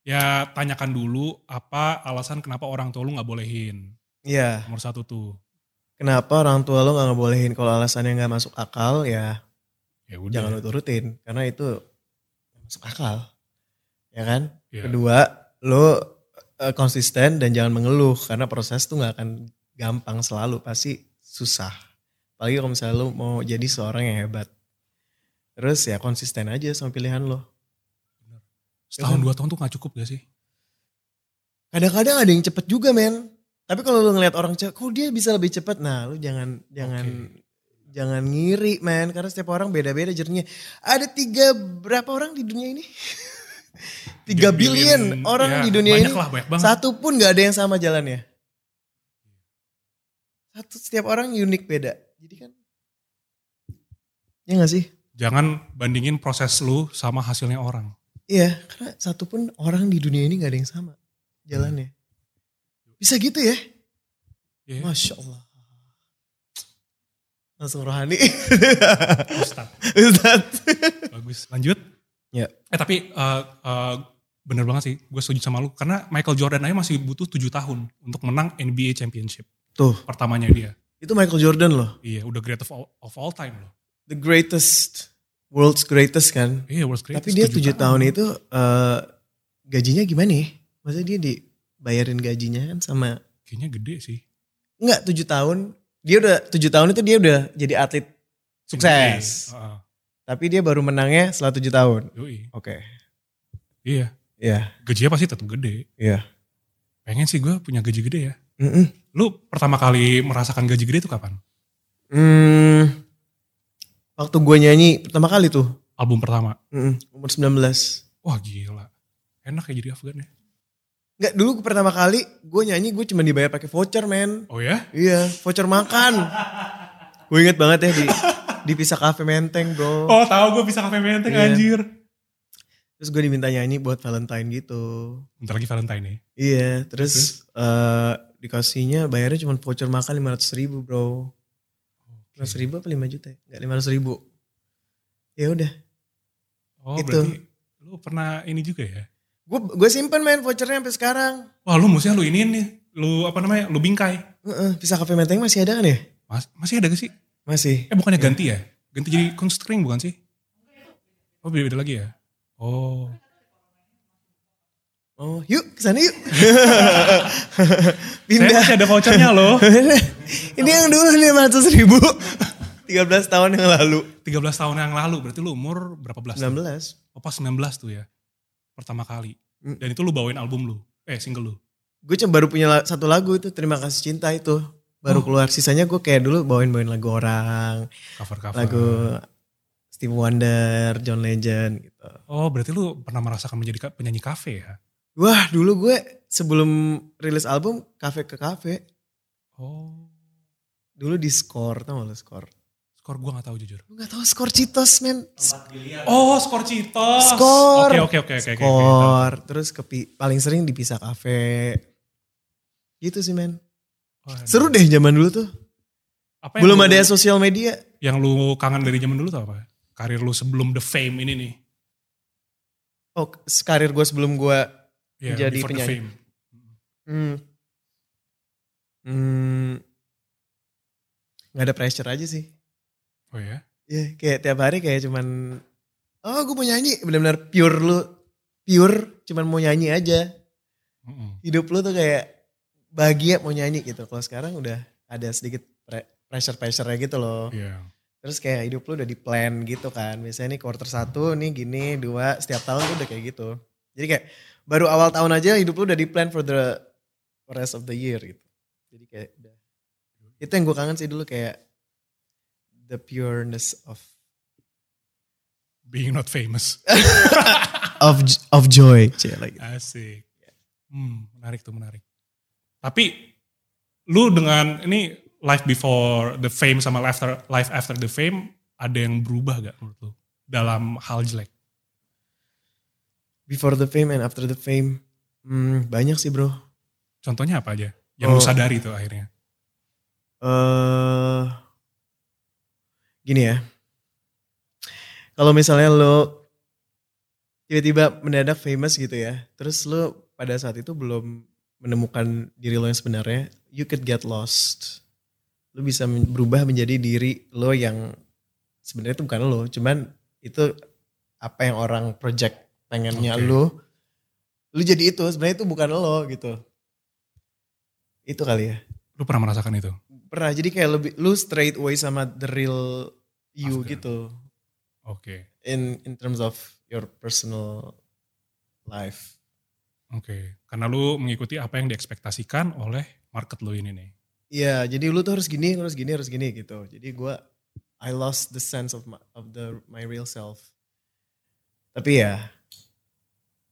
A: ya tanyakan dulu apa alasan kenapa orang tua lu nggak bolehin.
B: Iya.
A: Nomor satu tuh.
B: Kenapa orang tua lo nggak ngebolehin kalau alasannya nggak masuk akal ya
A: Ya udah.
B: jangan lo turutin karena itu nggak masuk akal. Ya kan?
A: Ya.
B: Kedua, lo eh, konsisten dan jangan mengeluh karena proses tuh nggak akan gampang selalu, pasti susah. Apalagi kalau misalnya lo mau jadi seorang yang hebat. Terus ya konsisten aja sama pilihan lo.
A: Setahun dua tahun tuh nggak cukup gak sih?
B: Kadang-kadang ada yang cepet juga men. Tapi kalau lo ngelihat orang cewek, kok dia bisa lebih cepet? Nah lo jangan jangan jangan ngiri men. Karena setiap orang beda-beda jernihnya. Ada tiga berapa orang di dunia ini? tiga billion
A: Billion,
B: orang
A: ya,
B: di dunia
A: banyak
B: ini.
A: lah, banyak banget.
B: Satu pun gak ada yang sama jalannya. Satu setiap orang unik beda. Jadi kan Ya gak sih?
A: Jangan bandingin proses lu sama hasilnya orang.
B: Iya, karena satu pun orang di dunia ini gak ada yang sama jalannya. Bisa gitu ya?
A: Iya.
B: Masya Allah. Langsung rohani.
A: Ustaz.
B: Ustaz.
A: Bagus. Lanjut.
B: Ya.
A: Eh tapi eh, eh, bener banget sih, gue setuju sama lu. Karena Michael Jordan aja masih butuh 7 tahun untuk menang NBA Championship.
B: Tuh.
A: Pertamanya dia.
B: Itu Michael Jordan loh.
A: Iya, udah greatest of all, of all time loh.
B: The greatest. World's greatest kan.
A: Iya, world's greatest.
B: Tapi dia tujuh tahun, itu eh, gajinya gimana ya? Maksudnya dia dibayarin gajinya kan sama
A: Kayaknya gede sih.
B: enggak tujuh tahun. Dia udah tujuh tahun itu dia udah jadi atlet sukses.
A: NBA. Heeh.
B: Tapi dia baru menangnya setelah tujuh tahun.
A: Ah, Yoi.
B: Oke.
A: Iya,
B: Iya.
A: gajinya pasti tetap gede.
B: Iya.
A: Pengen sih gue punya gaji gede ya.
B: Mm-mm.
A: Lu pertama kali merasakan gaji gede itu kapan?
B: Hmm. Waktu gue nyanyi pertama kali tuh.
A: Album pertama.
B: Mm-mm. Umur 19.
A: Wah gila. Enak ya jadi Afgan ya.
B: Enggak dulu pertama kali gue nyanyi gue cuma dibayar pakai voucher men.
A: Oh ya?
B: Iya voucher makan. gue inget banget ya di di pisah kafe menteng bro.
A: Oh tahu gue bisa kafe menteng
B: Iya.
A: anjir.
B: Terus gue diminta nyanyi buat Valentine gitu.
A: Bentar lagi Valentine ya.
B: Iya, terus eh dikasihnya bayarnya cuma voucher makan 500 ribu bro. 500 ribu apa 5 juta ya? Enggak 500 ribu. Ya udah.
A: Oh
B: Itu.
A: berarti lu pernah ini juga ya?
B: Gue gue simpen main vouchernya sampai sekarang.
A: Wah lu mestinya lu ini nih. Lu apa namanya? Lu bingkai.
B: Heeh, Pisah Cafe Menteng masih ada kan ya?
A: Mas, masih ada gak sih?
B: Masih.
A: Eh bukannya ganti ya? Ganti jadi constraint bukan sih? Oh beda-beda lagi ya? Oh.
B: Oh, yuk kesana yuk.
A: Saya
B: Pindah.
A: masih ada vouchernya loh.
B: Ini yang dulu 500 ribu. 13 tahun yang lalu.
A: 13 tahun yang lalu berarti lu umur berapa belas?
B: 19.
A: Oh pas 19 tuh ya. Pertama kali.
B: Mm.
A: Dan itu lu bawain album lu. Eh single lu.
B: Gue cuma baru punya la- satu lagu itu Terima Kasih Cinta itu.
A: Oh.
B: Baru keluar. Sisanya gue kayak dulu bawain-bawain lagu orang.
A: Cover-cover.
B: lagu Steve Wonder, John Legend gitu.
A: Oh berarti lu pernah merasakan menjadi ka- penyanyi kafe ya?
B: Wah dulu gue sebelum rilis album kafe ke kafe
A: Oh.
B: dulu di score tau gak lo score?
A: Skor gua gak tahu jujur.
B: Gue gak tau score Citos men.
A: Oh, skor Citos.
B: Iya. Skor.
A: Oke, oke, oke, oke. oke, oke.
B: Score terus kepi, paling sering dipisah kafe. Gitu sih men.
A: Waduh.
B: Seru deh zaman dulu tuh.
A: Apa yang
B: Belum
A: lu-
B: ada sosial media.
A: Yang lu kangen dari zaman dulu tuh apa? Karir lu sebelum The Fame ini nih.
B: Oh karir gue sebelum gue
A: Iya,
B: Menjadi
A: before The
B: penyanyi.
A: Fame.
B: hmm, hmm, gak ada pressure aja sih.
A: Oh ya?
B: Iya, kayak tiap hari kayak cuman oh gue mau nyanyi benar-benar pure lu pure cuman mau nyanyi aja
A: Mm-mm.
B: hidup lu tuh kayak bahagia mau nyanyi gitu. Kalau sekarang udah ada sedikit pressure pressure gitu loh.
A: Iya.
B: Terus kayak hidup lu udah di plan gitu kan. Misalnya nih quarter satu, nih gini, dua, setiap tahun tuh udah kayak gitu. Jadi kayak baru awal tahun aja hidup lu udah di plan for the for rest of the year gitu. Jadi kayak udah. Itu yang gue kangen sih dulu kayak the pureness of
A: Being not famous.
B: of of joy, Cie, like gitu.
A: Asik. Hmm, menarik tuh menarik. Tapi lu dengan ini life before the fame sama life after life after the fame ada yang berubah gak menurut lu dalam hal jelek?
B: Before the fame and after the fame. Hmm, banyak sih, Bro.
A: Contohnya apa aja yang lu
B: Oh.
A: sadari tuh akhirnya?
B: eh gini ya. Kalau misalnya lo tiba-tiba mendadak famous gitu ya, terus lo pada saat itu belum menemukan diri lo yang sebenarnya, you could get lost. Lo bisa men- berubah menjadi diri lo yang sebenarnya itu bukan lo, cuman itu apa yang orang project pengennya
A: Oke.
B: lo. Lo jadi itu, sebenarnya itu bukan lo gitu. Itu kali ya
A: Lu pernah merasakan itu?
B: pernah jadi kayak lebih lu straight away sama the real you
A: After.
B: gitu
A: Oke,
B: in in terms of your personal life
A: oke. Karena lu mengikuti apa yang diekspektasikan oleh market lu ini nih.
B: Iya jadi lu tuh harus gini harus gini harus gini gitu jadi gua I lost the sense of my, of the my real self tapi ya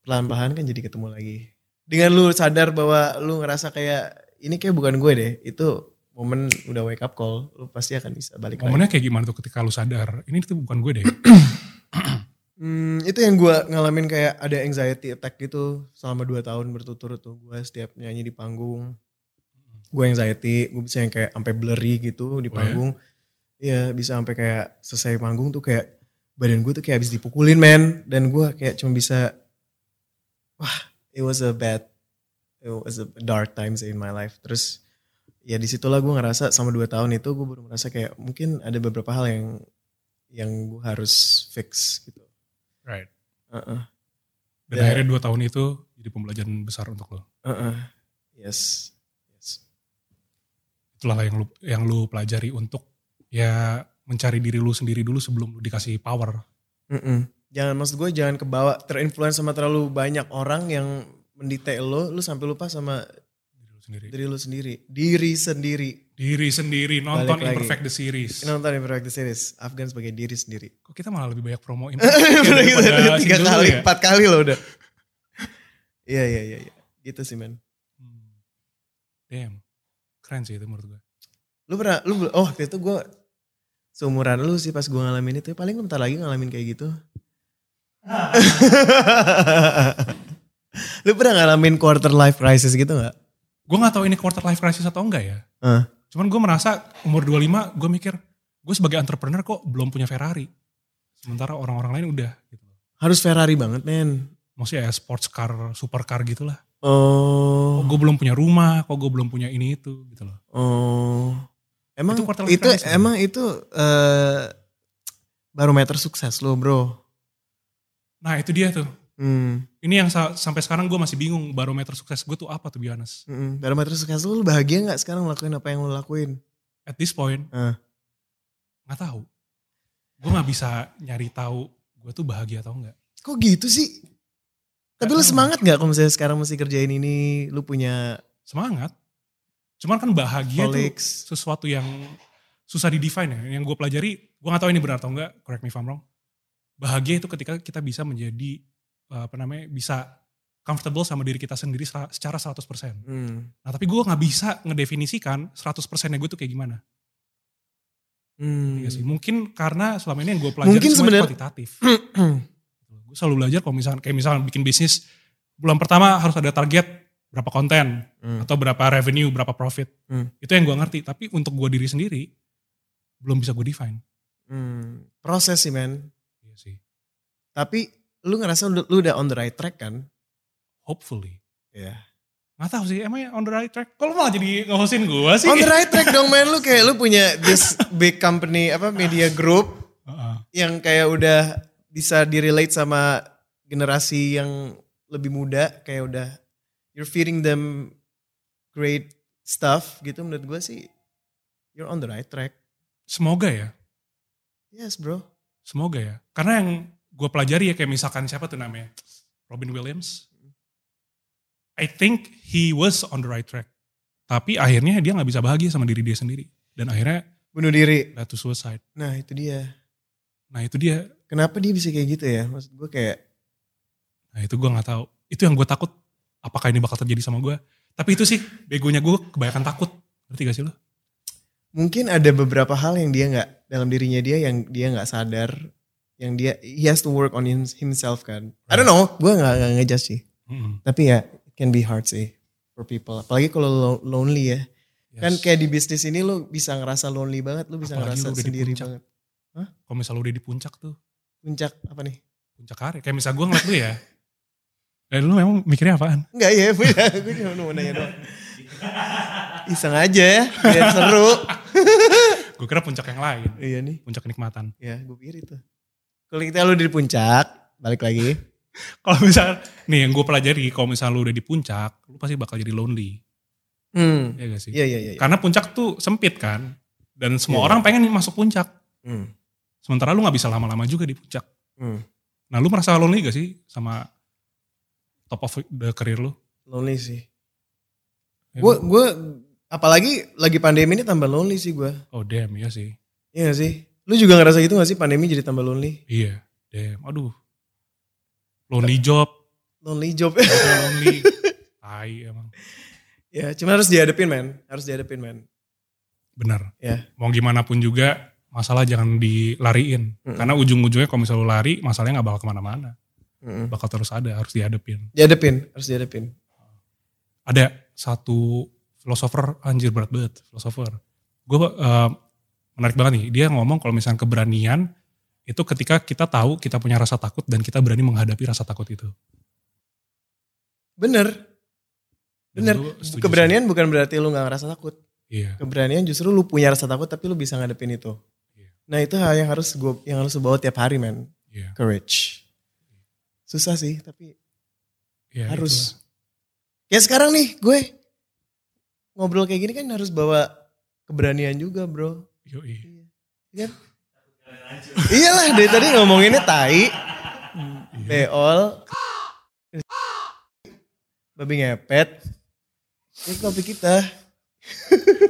B: perlahan-lahan kan jadi ketemu lagi dengan lu sadar bahwa lu ngerasa kayak ini kayak bukan gue deh itu momen udah wake up call lu pasti akan bisa balik lagi.
A: Momennya kayak gimana tuh ketika lu sadar ini tuh bukan gue deh.
B: Hmm, itu yang gue ngalamin kayak ada anxiety attack gitu selama 2 tahun berturut-turut tuh gue setiap nyanyi di panggung gue anxiety gue bisa yang kayak sampai blurry gitu
A: Oh ya?
B: di panggung iya bisa sampai kayak selesai panggung tuh kayak badan gue tuh kayak habis dipukulin men dan gue kayak cuma bisa wah it was a bad it was a dark times in my life terus ya disitulah gue ngerasa sama 2 tahun itu gue baru merasa kayak mungkin ada beberapa hal yang yang gue harus fix gitu
A: Right.
B: Heeh.
A: Dan
B: Ya.
A: akhirnya dua tahun itu jadi pembelajaran besar untuk lu.
B: Heeh. Yes. Yes.
A: itulah yang lu yang lu pelajari untuk ya mencari diri lu sendiri dulu sebelum lu dikasih power.
B: Mm-mm. Jangan maksud gue jangan kebawa terinfluence sama terlalu banyak orang yang mendetail lo, lu sampai lupa sama
A: Diri lu sendiri.
B: diri lu sendiri, diri sendiri.
A: Diri sendiri nonton
B: Balik lagi.
A: Imperfect the Series.
B: Ini Nonton Imperfect the Series, Afgan sebagai diri sendiri.
A: Kok kita malah lebih banyak promo Imperfect ya,
B: Udah gitu,
A: daripada
B: udah tiga
A: single
B: kali,
A: lu ya?
B: empat kali lo udah. Iya iya iya, iya. gitu sih men.
A: Hmm. Damn. Keren sih itu menurut gue.
B: Lu pernah, lu bel- oh waktu itu gue seumuran lu sih pas gue ngalamin itu, paling lu bentar lagi ngalamin kayak gitu. lu pernah ngalamin quarter life crisis gitu nggak?
A: Gue gak tahu ini quarter life crisis atau enggak ya.
B: Heeh.
A: Cuman gue merasa umur 25 gue mikir gue sebagai entrepreneur kok belum punya Ferrari. Sementara orang-orang lain udah gitu.
B: Harus Ferrari banget men.
A: Maksudnya ya sports car, supercar gitu lah. Kok
B: Oh,
A: gue belum punya rumah, kok gue belum punya ini itu gitu loh.
B: oh. Emang
A: Itu
B: itu,
A: quarter life crisis, men.
B: emang itu eh, barometer sukses lo bro.
A: Nah itu dia tuh.
B: Hmm.
A: Ini yang sa- sampai sekarang gue masih bingung barometer sukses gue tuh apa tuh Bionas.
B: mm-mm. hmm. Barometer sukses lo, lu bahagia nggak sekarang ngelakuin apa yang lo lakuin?
A: At this point
B: Eh.
A: nggak tahu. Gue nggak bisa nyari tahu gue tuh bahagia atau enggak.
B: Kok gitu sih? Tapi lu
A: tahu.
B: semangat nggak kalau misalnya sekarang mesti kerjain ini, lu punya
A: Semangat. Cuman kan bahagia
B: colleagues.
A: tuh sesuatu yang susah di define ya. Yang gue pelajari gue nggak tahu ini benar atau enggak. Correct me if I'm wrong. Bahagia itu ketika kita bisa menjadi eh, apa namanya bisa comfortable sama diri kita sendiri sa- secara 100%.
B: Hmm.
A: Nah tapi gue nggak bisa ngedefinisikan 100%-nya gue tuh kayak gimana.
B: Hmm.
A: Iya sih. Mungkin karena selama ini yang gue pelajari
B: Mungkin
A: semua
B: sebenarnya-
A: kuantitatif. gue selalu belajar kalau misalnya kayak misalnya bikin bisnis bulan pertama harus ada target berapa konten
B: Hmm.
A: atau berapa revenue, berapa profit.
B: Hmm.
A: Itu yang gue ngerti. Tapi untuk gue diri sendiri belum bisa gue define.
B: Hmm. Proses sih men.
A: Iya sih.
B: Tapi lu ngerasa lu, lu udah on the right track kan?
A: Hopefully.
B: Iya.
A: Nggak tahu sih, emangnya on the right track? Kalau malah jadi ngehosin gue sih.
B: On the right track dong men, lu kayak lu punya this big company apa media group
A: Heeh.
B: yang kayak udah bisa direlate sama generasi yang lebih muda kayak udah you're feeding them great stuff gitu menurut gue sih you're on the right track
A: Semoga ya,
B: yes bro
A: semoga ya. Karena yang gue pelajari ya kayak misalkan siapa tuh namanya Robin Williams. I think he was on the right track. Tapi akhirnya dia nggak bisa bahagia sama diri dia sendiri. Dan akhirnya
B: bunuh diri
A: jatuh suicide.
B: nah itu dia
A: Nah itu dia.
B: kenapa dia bisa kayak gitu ya maksud gue kayak
A: Nah itu gue nggak tahu. Itu yang gue takut. Apakah ini bakal terjadi sama gue? Tapi itu sih begonya gue kebanyakan takut. Ngerti gak sih lo?
B: mungkin ada beberapa hal yang dia nggak dalam dirinya dia yang dia nggak sadar yang dia he has to work on him- himself kan I don't know gue nggak nggak ngejudge sih
A: Mm-mm.
B: tapi ya it can be hard sih for people apalagi kalau lo- lonely ya
A: Yes.
B: kan kayak di bisnis ini lo bisa ngerasa lonely banget lo bisa
A: Apalagi
B: ngerasa
A: lo udah di
B: sendiri
A: puncak.
B: banget
A: Kalau misalnya lo udah di puncak tuh.
B: puncak apa nih
A: Puncak karir. Kayak misal gue ngeliat lu ya. Dan Eh, lu memang mikirnya apaan?
B: Enggak ya, gue cuma mau nanya doang. Iseng aja ya, biar seru.
A: Gue kira puncak yang lain.
B: iya nih,
A: Puncak kenikmatan.
B: ya gue pikir itu. Kalau kita lu di puncak, balik lagi.
A: Kalau misal, nih yang gue pelajari, kalau misal lu udah di puncak, lu pasti bakal jadi lonely.
B: Hmm.
A: Ya gak sih?
B: Iya, iya, iya. iya.
A: Karena puncak tuh sempit kan. Dan semua
B: Iya.
A: orang pengen masuk puncak.
B: Hmm.
A: Sementara lu gak bisa lama-lama juga di puncak.
B: hmm.
A: Nah lu merasa lonely gak sih sama top of the career lu?
B: Lonely sih.
A: Ya,
B: Gue,
A: lu-
B: gue, apalagi lagi pandemi ini tambah lonely sih gue.
A: Oh damn, iya sih.
B: Iya gak sih? Lu juga ngerasa gitu gak sih pandemi jadi tambah lonely?
A: Iya, damn. Aduh. Lonely job,
B: Lonely job.
A: jobnya lonely. Tai emang.
B: ya, cuma harus dihadapin men. Harus dihadapin men.
A: Bener.
B: Ya.
A: Mau gimana pun juga masalah jangan dilariin.
B: Mm-mm.
A: Hmm, Karena ujung-ujungnya kalau misalnya lu lari masalahnya gak bakal kemana-mana.
B: Mm-mm.
A: Bakal terus ada, harus dihadapin.
B: Dihadapin, harus dihadapin.
A: Ada satu filosofer, anjir berat banget, filosofer. Gue menarik banget nih, dia ngomong kalau misalnya keberanian itu ketika kita tahu kita punya rasa takut dan kita berani menghadapi rasa takut itu.
B: Bener.
A: Dan
B: Bener.
A: gua setuju sih.
B: Keberanian bukan berarti lu gak ngerasa takut.
A: Iya,
B: keberanian justru lu punya rasa takut tapi lu bisa ngadepin itu.
A: Iya.
B: Nah itu hal yang harus gue yang harus lu bawa tiap hari men.
A: iya.
B: Courage. Susah sih tapi
A: iya,
B: harus. Ya sekarang nih gue ngobrol kayak gini kan harus bawa keberanian juga bro.
A: itulah. Yoi.
B: Iya kan? Iyalah dari tadi ngomonginnya tai,
A: Iya.
B: beol, babi ngepet. Ini kopi kita.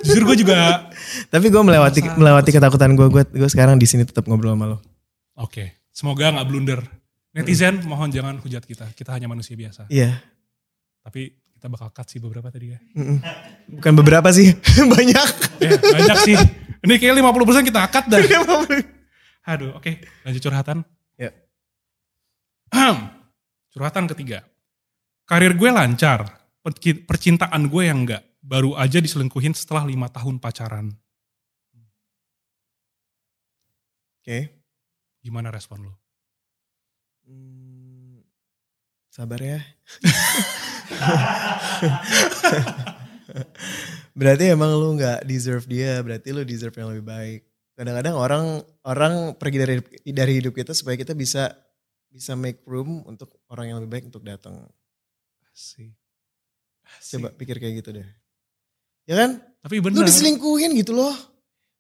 A: Jujur gue juga,
B: Tapi gue melewati
A: Masa-
B: melewati ketakutan gue. Gue gue sekarang di sini tetap ngobrol sama lo.
A: oke. Semoga nggak blunder. Netizen mohon jangan hujat kita, kita hanya manusia biasa.
B: Iya.
A: Tapi kita bakal cut sih beberapa tadi ya.
B: Mm-mm. Bukan beberapa sih, banyak.
A: ya banyak sih. Ini kayaknya 50% kita cut dah. Aduh, oke. Lanjut curhatan.
B: Ya.
A: curhatan ketiga. Karir gue lancar. Perci- Percintaan gue yang enggak. Baru aja diselingkuhin setelah lima tahun pacaran.
B: Oke.
A: Gimana respon lo?
B: Hmm, Sabar ya. berarti emang lu nggak deserve dia, berarti lu deserve yang lebih baik. Kadang-kadang orang orang pergi dari dari hidup kita supaya kita bisa bisa make room untuk orang yang lebih baik untuk datang.
A: Asik. Asik.
B: Coba pikir kayak gitu deh. Ya kan?
A: Tapi bener.
B: Lu diselingkuhin gitu loh.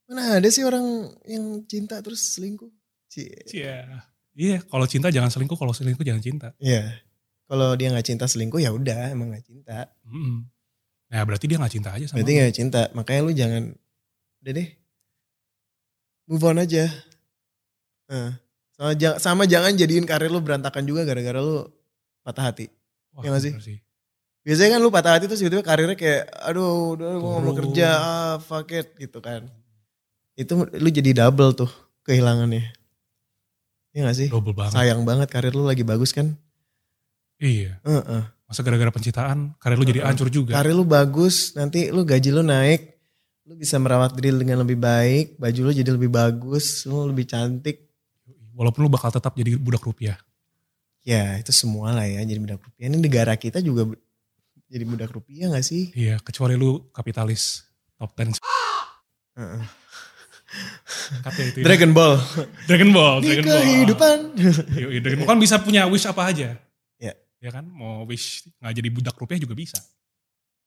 B: Mana ada sih orang yang cinta terus selingkuh? Cie.
A: Iya. Iya, kalau cinta jangan selingkuh, kalau selingkuh jangan cinta.
B: Iya. Kalau dia nggak cinta selingkuh ya udah emang nggak cinta.
A: Mm-mm. Nah berarti dia nggak cinta aja sama
B: Berarti
A: lo.
B: nggak cinta. Makanya lu jangan udah deh. Move on aja. Eh. Sama, ja- sama jangan jadiin karir lu berantakan juga gara-gara lu patah hati.
A: Wah,
B: ya nggak sih?
A: bener
B: Biasanya kan lu patah hati terus tiba-tiba karirnya kayak aduh udah gue nggak mau
A: Turun.
B: kerja ah fuck it gitu kan. Itu lu jadi double tuh kehilangannya. Iya gak sih?
A: Double banget.
B: Sayang banget karir lu lagi bagus kan.
A: Iya.
B: Heeh.
A: Masa gara-gara pencintaan karir lu jadi
B: Heeh.
A: hancur juga.
B: Karir lu bagus, nanti lu gaji lu naik, lu bisa merawat diri dengan lebih baik, baju lu jadi lebih bagus, lu lebih cantik.
A: Walaupun lu bakal tetap jadi budak rupiah.
B: Ya itu semua lah ya jadi budak rupiah. Ini negara kita juga bu- jadi budak rupiah gak sih?
A: Iya, kecuali lu kapitalis top 10
B: Heeh.
A: sekat ya itu. ya.
B: Dragon Ball.
A: Oh, Dragon Ball,
B: Di
A: Dragon Ball. Iya,
B: kehidupan.
A: Yoi, Dragon Ball kan bisa punya wish apa aja.
B: Ya.
A: ya kan mau wish nggak jadi budak rupiah juga bisa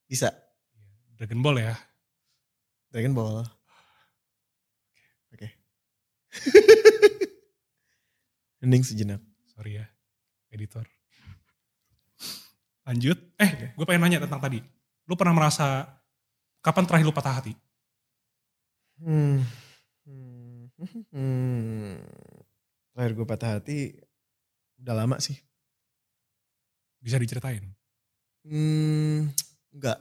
B: Bisa.
A: Dragon Ball ya
B: Dragon Ball. Oke. Mending sejenak.
A: sorry ya editor lanjut eh gue pengen nanya tentang tadi lu pernah merasa kapan terakhir lu patah hati
B: Hmm. Hmm. Hmm. Terakhir gue patah hati udah lama sih.
A: bisa diceritain
B: Hmm, enggak.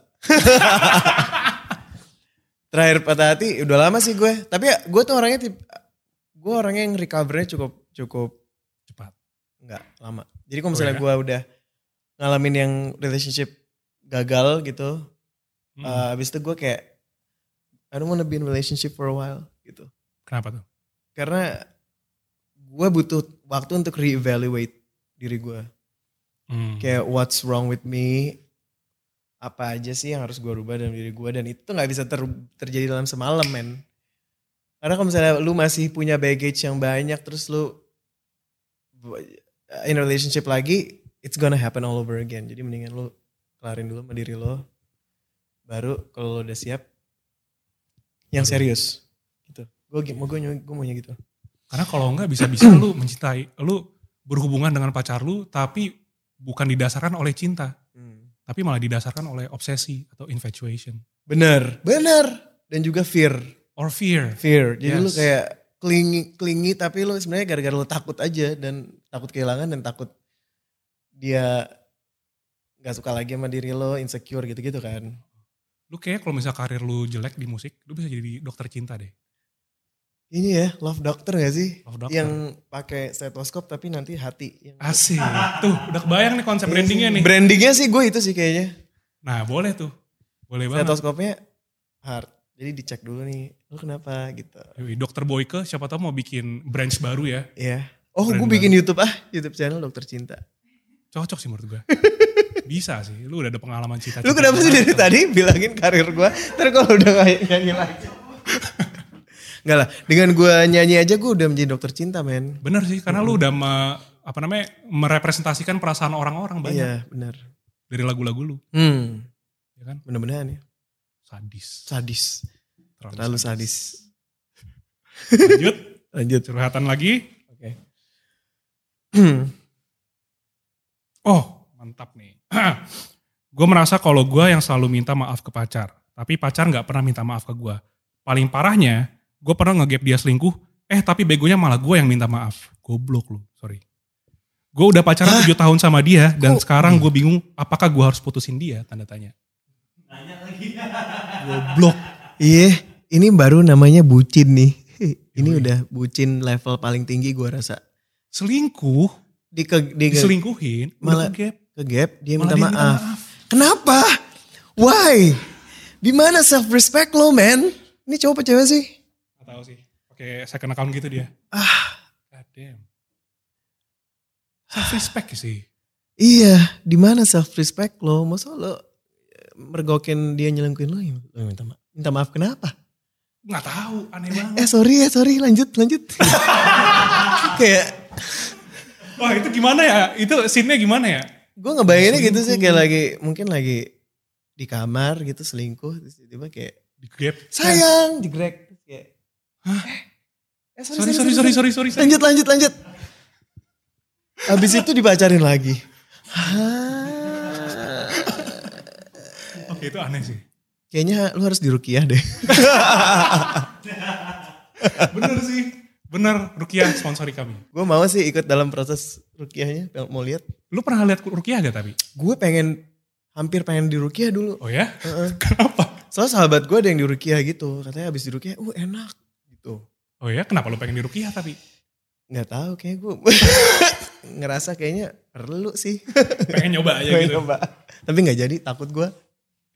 B: Terakhir patah hati udah lama sih gue. Tapi ya, gue tuh orangnya tip gue orangnya yang recovery-nya cukup cukup
A: cepat
B: enggak lama. Jadi kalau misalnya
A: Oh,
B: gue udah ngalamin yang relationship gagal gitu,
A: Hmm,
B: eh, abis itu gue kayak I don't wanna be in relationship for a while gitu.
A: kenapa tuh
B: Karena gue butuh waktu untuk reevaluate diri gue.
A: Hmm,
B: kayak what's wrong with me apa aja sih yang harus gue rubah dalam diri gue dan itu tuh nggak bisa ter- terjadi dalam semalam men karena kalau misalnya lu masih punya baggage yang banyak terus lu in relationship lagi it's gonna happen all over again jadi mendingan lu kelarin dulu sama diri lo baru kalau lu udah siap yang serius gitu gue mau gue gue maunya gitu
A: karena kalau enggak bisa-bisa lu mencintai lu berhubungan dengan pacar lu tapi bukan didasarkan oleh cinta tapi malah didasarkan oleh obsesi atau infatuation
B: bener bener dan juga fear
A: or fear
B: fear. Jadi lu
A: Yes.
B: kayak klingi klingi tapi lu sebenarnya gara-gara lu takut aja dan takut kehilangan dan takut dia nggak suka lagi sama diri lo, insecure gitu-gitu kan.
A: lu kayak kalau misal karir lu jelek di musik lu bisa jadi dokter cinta deh
B: Ini ya love doctor gak sih?
A: love doctor
B: Yang pakai stetoskop tapi nanti hati. Yang-
A: asik tuh udah kebayang nih konsep
B: Iya
A: brandingnya
B: sih.
A: nih
B: Brandingnya sih gue itu sih kayaknya.
A: nah boleh tuh boleh banget
B: Stetoskopnya hard. Jadi dicek dulu nih, lu kenapa gitu.
A: Yoi, dokter Boyke siapa tahu mau bikin branch baru ya
B: Iya. Oh, gue
A: Keren
B: bikin YouTube ah, YouTube channel Dokter Cinta.
A: cocok sih menurut gua bisa sih lu udah ada pengalaman cita-cita
B: Lu kenapa sih dari tadi bilangin karir gue, terus kalau udah nggak nyanyi lagi. Enggak lah, dengan gue nyanyi aja gue udah menjadi dokter cinta men.
A: bener sih karena lu udah me- apa namanya merepresentasikan perasaan orang-orang banyak
B: Iya benar.
A: dari lagu-lagu lu
B: Hmm,
A: ya kan
B: mudah-mudahan ya.
A: sadis
B: Sadis, terlalu sadis.
A: lanjut
B: Lanjut.
A: curhatan lagi
B: Oke. Hmm.
A: oh mantap nih gue merasa kalau gue yang selalu minta maaf ke pacar tapi pacar nggak pernah minta maaf ke gue paling parahnya gue pernah ngegap dia selingkuh eh tapi begonya malah gue yang minta maaf goblok lu sorry gue udah pacaran 7 tahun sama dia dan
B: Kok- Iya.
A: sekarang gue bingung apakah gue harus putusin dia tanda tanya goblok
B: Iya, ini baru namanya bucin nih.
A: Iya,
B: Ini udah bucin level paling tinggi gue rasa.
A: selingkuh
B: Di ke, di ke,
A: diselingkuhin
B: Iya.
A: udah
B: Malah-
A: ngegap
B: ke gap dia
A: malah dia
B: minta
A: minta
B: maaf.
A: maaf
B: Kenapa? Why? Di mana self respect lo men? Ini cowok apa cewek sih?
A: Gak tahu sih. Oke, second account gitu dia.
B: Ah.
A: God damn. Self respect sih.
B: Iya, di mana self respect lo? Masa lo eh, mergokin dia nyelengkuin lo? ya? Lo minta maaf. Minta maaf kenapa?
A: Gak tahu, aneh
B: Eh
A: banget.
B: sorry ya, sorry. Lanjut, lanjut. kayak
A: Wah, itu gimana ya? Itu scene-nya gimana ya?
B: gue ngebayanginnya gitu sih
A: Selingkuh.
B: kayak lagi mungkin lagi di kamar gitu selingkuh terus tiba-tiba kayak
A: Di gap.
B: sayang digrek Terus kayak eh, eh,
A: Sorry, sorry, sorry, sorry, sorry. sorry.
B: Lanjut, lanjut, lanjut. Habis itu dipacarin lagi. Hah.
A: Oke, itu aneh sih.
B: Kayaknya lu harus dirukiah deh.
A: Bener sih. Bener, Rukiah sponsori kami.
B: Gue mau sih ikut dalam proses rukiahnya. Mau lihat?
A: Lu pernah lihat Rukiah gak tapi?
B: Gue pengen hampir pengen dirukiah dulu.
A: Oh ya?
B: Heeh.
A: Kenapa?
B: Soalnya sahabat gue ada yang dirukiah gitu. Katanya habis dirukiah, uh enak gitu.
A: Oh ya, kenapa lu pengen di Rukiah tapi?
B: Nggak tahu kayak gue ngerasa kayaknya perlu sih.
A: Pengen nyoba aja
B: Pengen
A: gitu.
B: coba. Tapi nggak jadi, takut gue.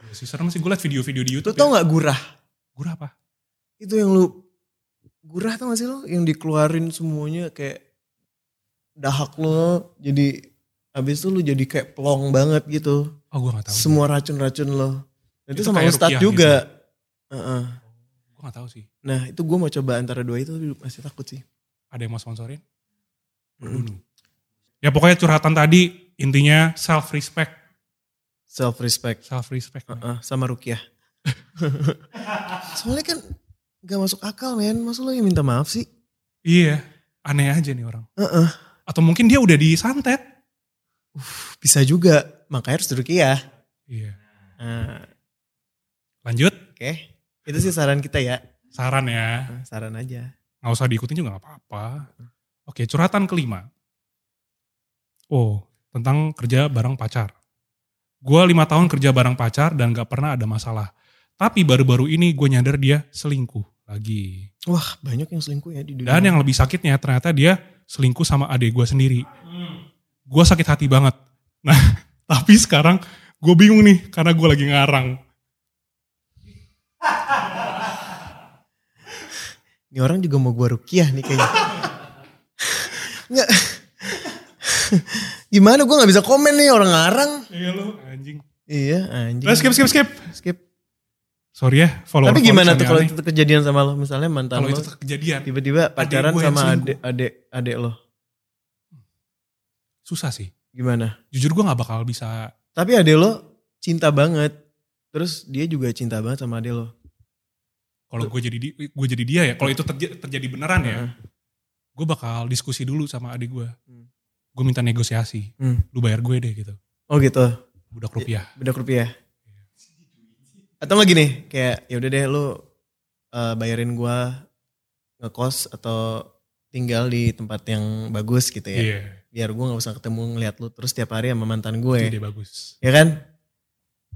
A: Iya sih, serem sih. Gue liat video-video di
B: Lu
A: Youtube.
B: tau nggak gurah?
A: Gue apa?
B: itu yang lu gurah tau gak sih lo yang dikeluarin semuanya kayak dahak lo jadi abis itu lu jadi kayak plong banget gitu
A: Oh, gue gak tau.
B: semua racun-racun lo Nah, itu,
A: Itu
B: sama
A: kayak
B: ustadz
A: rukiah gitu ya?
B: juga Heeh.
A: Gue gak tau sih.
B: nah itu gue mau coba antara dua itu tapi masih takut sih
A: Hmm. Ada yang mau sponsorin? dulu. Ya pokoknya curhatan tadi Intinya self respect,
B: self respect
A: self respect.
B: Heeh, sama Rukiah. Soalnya kan gak masuk akal men, masa lo yang minta maaf sih?
A: Iya, aneh aja nih orang.
B: Heeh.
A: Atau mungkin dia udah disantet.
B: Bisa juga, makanya harus Rukiah.
A: Iya.
B: Nah,
A: Lanjut,
B: Oke, itu sih saran kita ya,
A: saran ya.
B: Nah, saran aja.
A: Nggak usah diikutin juga nggak apa-apa. Oke, curhatan kelima. Oh, tentang kerja bareng pacar. Gue lima tahun kerja bareng pacar dan gak pernah ada masalah. Tapi baru-baru ini gue nyadar dia selingkuh lagi.
B: Wah banyak yang selingkuh ya di dunia.
A: Dan yang lebih sakitnya ternyata dia selingkuh sama adik gue sendiri. Gue sakit hati banget. Nah, tapi sekarang gue bingung nih karena gue lagi ngarang.
B: Ini orang juga mau gua Rukiah nih kayaknya. Nggak. Gimana gue gak bisa komen nih orang ngarang.
A: Iya lo anjing.
B: Iya anjing.
A: Nah, skip, skip, skip.
B: Skip.
A: Sorry ya, follower
B: Tapi gimana tuh kalau
A: follower
B: itu tuh kejadian sama lo? Misalnya mantan
A: kalau
B: lo
A: itu tuh kejadian
B: tiba-tiba pacaran
A: gua yang
B: sama
A: selingkuh.
B: adek adek adek lo.
A: susah sih.
B: Gimana?
A: Jujur gue nggak bakal bisa.
B: Tapi adek lo cinta banget. Terus dia juga cinta banget sama adek lo.
A: Kalau gue jadi gue jadi dia ya. Kalau itu terja- terjadi beneran ya,
B: Heeh.
A: gue bakal diskusi dulu sama adik gue.
B: Hmm.
A: Gue minta negosiasi.
B: Hmm.
A: Lu bayar gue deh gitu.
B: Oh gitu.
A: Budak rupiah.
B: Bedak rupiah. iya. Atau nggak gini, kayak yaudah deh lu eh, bayarin gua ngekos atau tinggal di tempat yang bagus gitu ya.
A: Iya.
B: Biar gua nggak usah ketemu ngeliat lu terus tiap hari sama mantan
A: Itu
B: gue.
A: ide bagus.
B: Ya kan?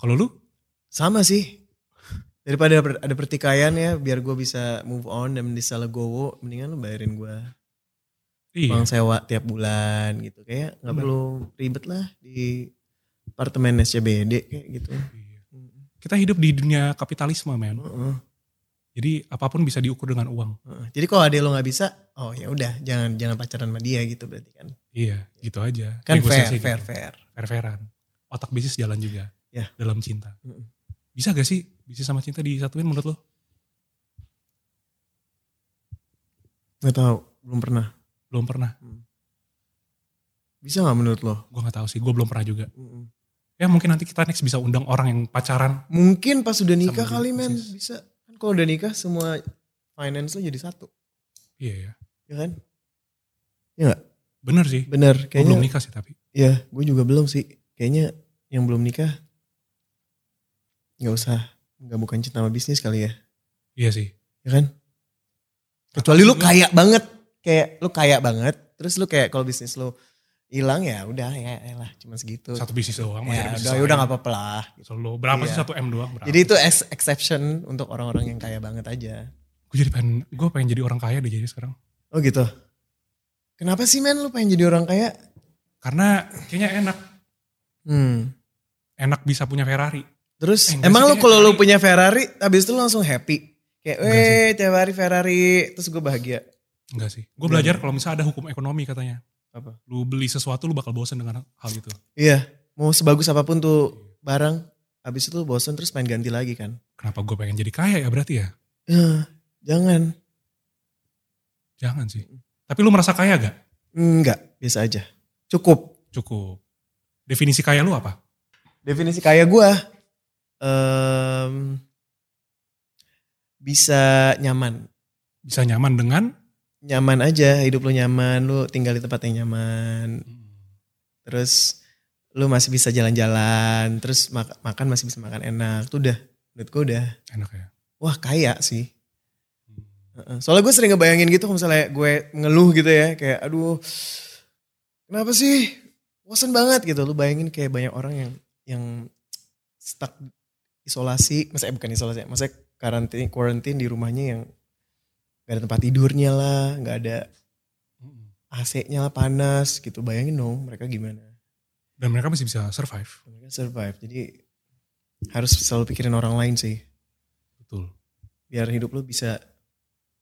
A: Kalau lu
B: Sama sih. Daripada per- ada pertikaian ya, biar gua bisa move on dan bisa legowo, mendingan lu bayarin gua
A: Iya.
B: uang sewa tiap bulan gitu. Kayak nggak
A: Bener.
B: perlu ribet lah di apartemen SCBD kayak gitu.
A: Iya. Kita hidup di dunia kapitalisme, men.
B: Heeh.
A: Jadi apapun bisa diukur dengan uang.
B: Heeh. Jadi kalau adek lo nggak bisa, oh ya udah jangan jangan pacaran sama dia gitu berarti kan.
A: Iya, gitu aja.
B: Kan fair,
A: Negosiasi
B: fair,
A: gitu.
B: fair.
A: Fair-fairan. Otak bisnis jalan juga.
B: Ya.
A: Dalam cinta.
B: Mm-mm.
A: Bisa gak sih bisnis sama cinta disatuin menurut lo?
B: Gak tau, belum pernah.
A: Belum pernah.
B: Bisa nggak menurut lo?
A: Gue nggak tahu sih. Gue belum pernah juga. Ya mungkin nanti kita next bisa undang orang yang pacaran.
B: Mungkin pas udah nikah
A: Sama
B: kali
A: dia,
B: men
A: persis.
B: bisa. Kan kalau udah nikah semua finance lo jadi satu,
A: Iya ya.
B: ya kan?
A: Bener sih.
B: Bener,
A: Gue belum
B: kayaknya.
A: nikah sih tapi.
B: Ya, gue juga belum sih. Kayaknya yang belum nikah nggak usah menggabungkan cinta sama bisnis kali ya,
A: Iya sih.
B: ya kan? Kecuali lu kaya banget, kayak lu kaya banget, terus lu kayak kalau bisnis lu hilang ya udah ya elah cuma segitu.
A: Satu bisnis doang. masih ada
B: ya
A: bisnis lain.
B: udah
A: Nah.
B: udah nggak apa-apa lah.
A: Solo. Berapa sih
B: Iya.
A: satu M doang? Berapa?
B: Jadi itu ex- exception untuk orang-orang yang kaya banget aja.
A: Gue jadi pengen, gue pengen jadi orang kaya deh jadi sekarang.
B: Oh gitu. Kenapa sih men lu pengen jadi orang kaya?
A: Karena kayaknya enak.
B: Hmm.
A: Enak bisa punya Ferrari.
B: Terus
A: Eh, enggak
B: emang
A: sih,
B: lu
A: kayaknya
B: kalau lu
A: Ferrari.
B: punya Ferrari habis itu lu langsung happy. Kayak
A: Enggak sih.
B: weh tiap hari Ferrari terus gue bahagia.
A: Enggak sih. Gue
B: Enggak.
A: belajar kalau misalnya ada hukum ekonomi katanya.
B: Apa?
A: Lu beli sesuatu lu bakal bosen dengan hal itu.
B: Iya, mau sebagus apapun tuh barang habis itu lu bosen terus main ganti lagi kan.
A: Kenapa gue pengen jadi kaya ya berarti ya?
B: Ya, jangan.
A: Jangan sih. Tapi lu merasa kaya gak?
B: Enggak, biasa aja. Cukup.
A: Cukup. Definisi kaya lu apa?
B: Definisi kaya gue em, bisa nyaman,
A: Bisa nyaman dengan?
B: nyaman aja hidup lu nyaman, lu tinggal di tempat yang nyaman, terus lu masih bisa jalan-jalan, terus mak- makan masih bisa makan enak, tuh udah, menurut gue udah,
A: Enak ya?
B: wah kaya sih. Heeh. Soalnya gue sering ngebayangin gitu kalau misalnya gue ngeluh gitu ya, kayak aduh kenapa sih bosan banget gitu. Lu bayangin kayak banyak orang yang yang stuck isolasi, maksudnya bukan isolasi, ya, maksudnya karantin, quarantine di rumahnya yang gak ada tempat tidurnya lah, gak ada
A: Mm.
B: AC-nya lah panas gitu. Bayangin dong mereka gimana.
A: Dan mereka masih bisa survive.
B: Mereka survive, jadi harus selalu pikirin orang lain sih.
A: Betul.
B: Biar hidup lu bisa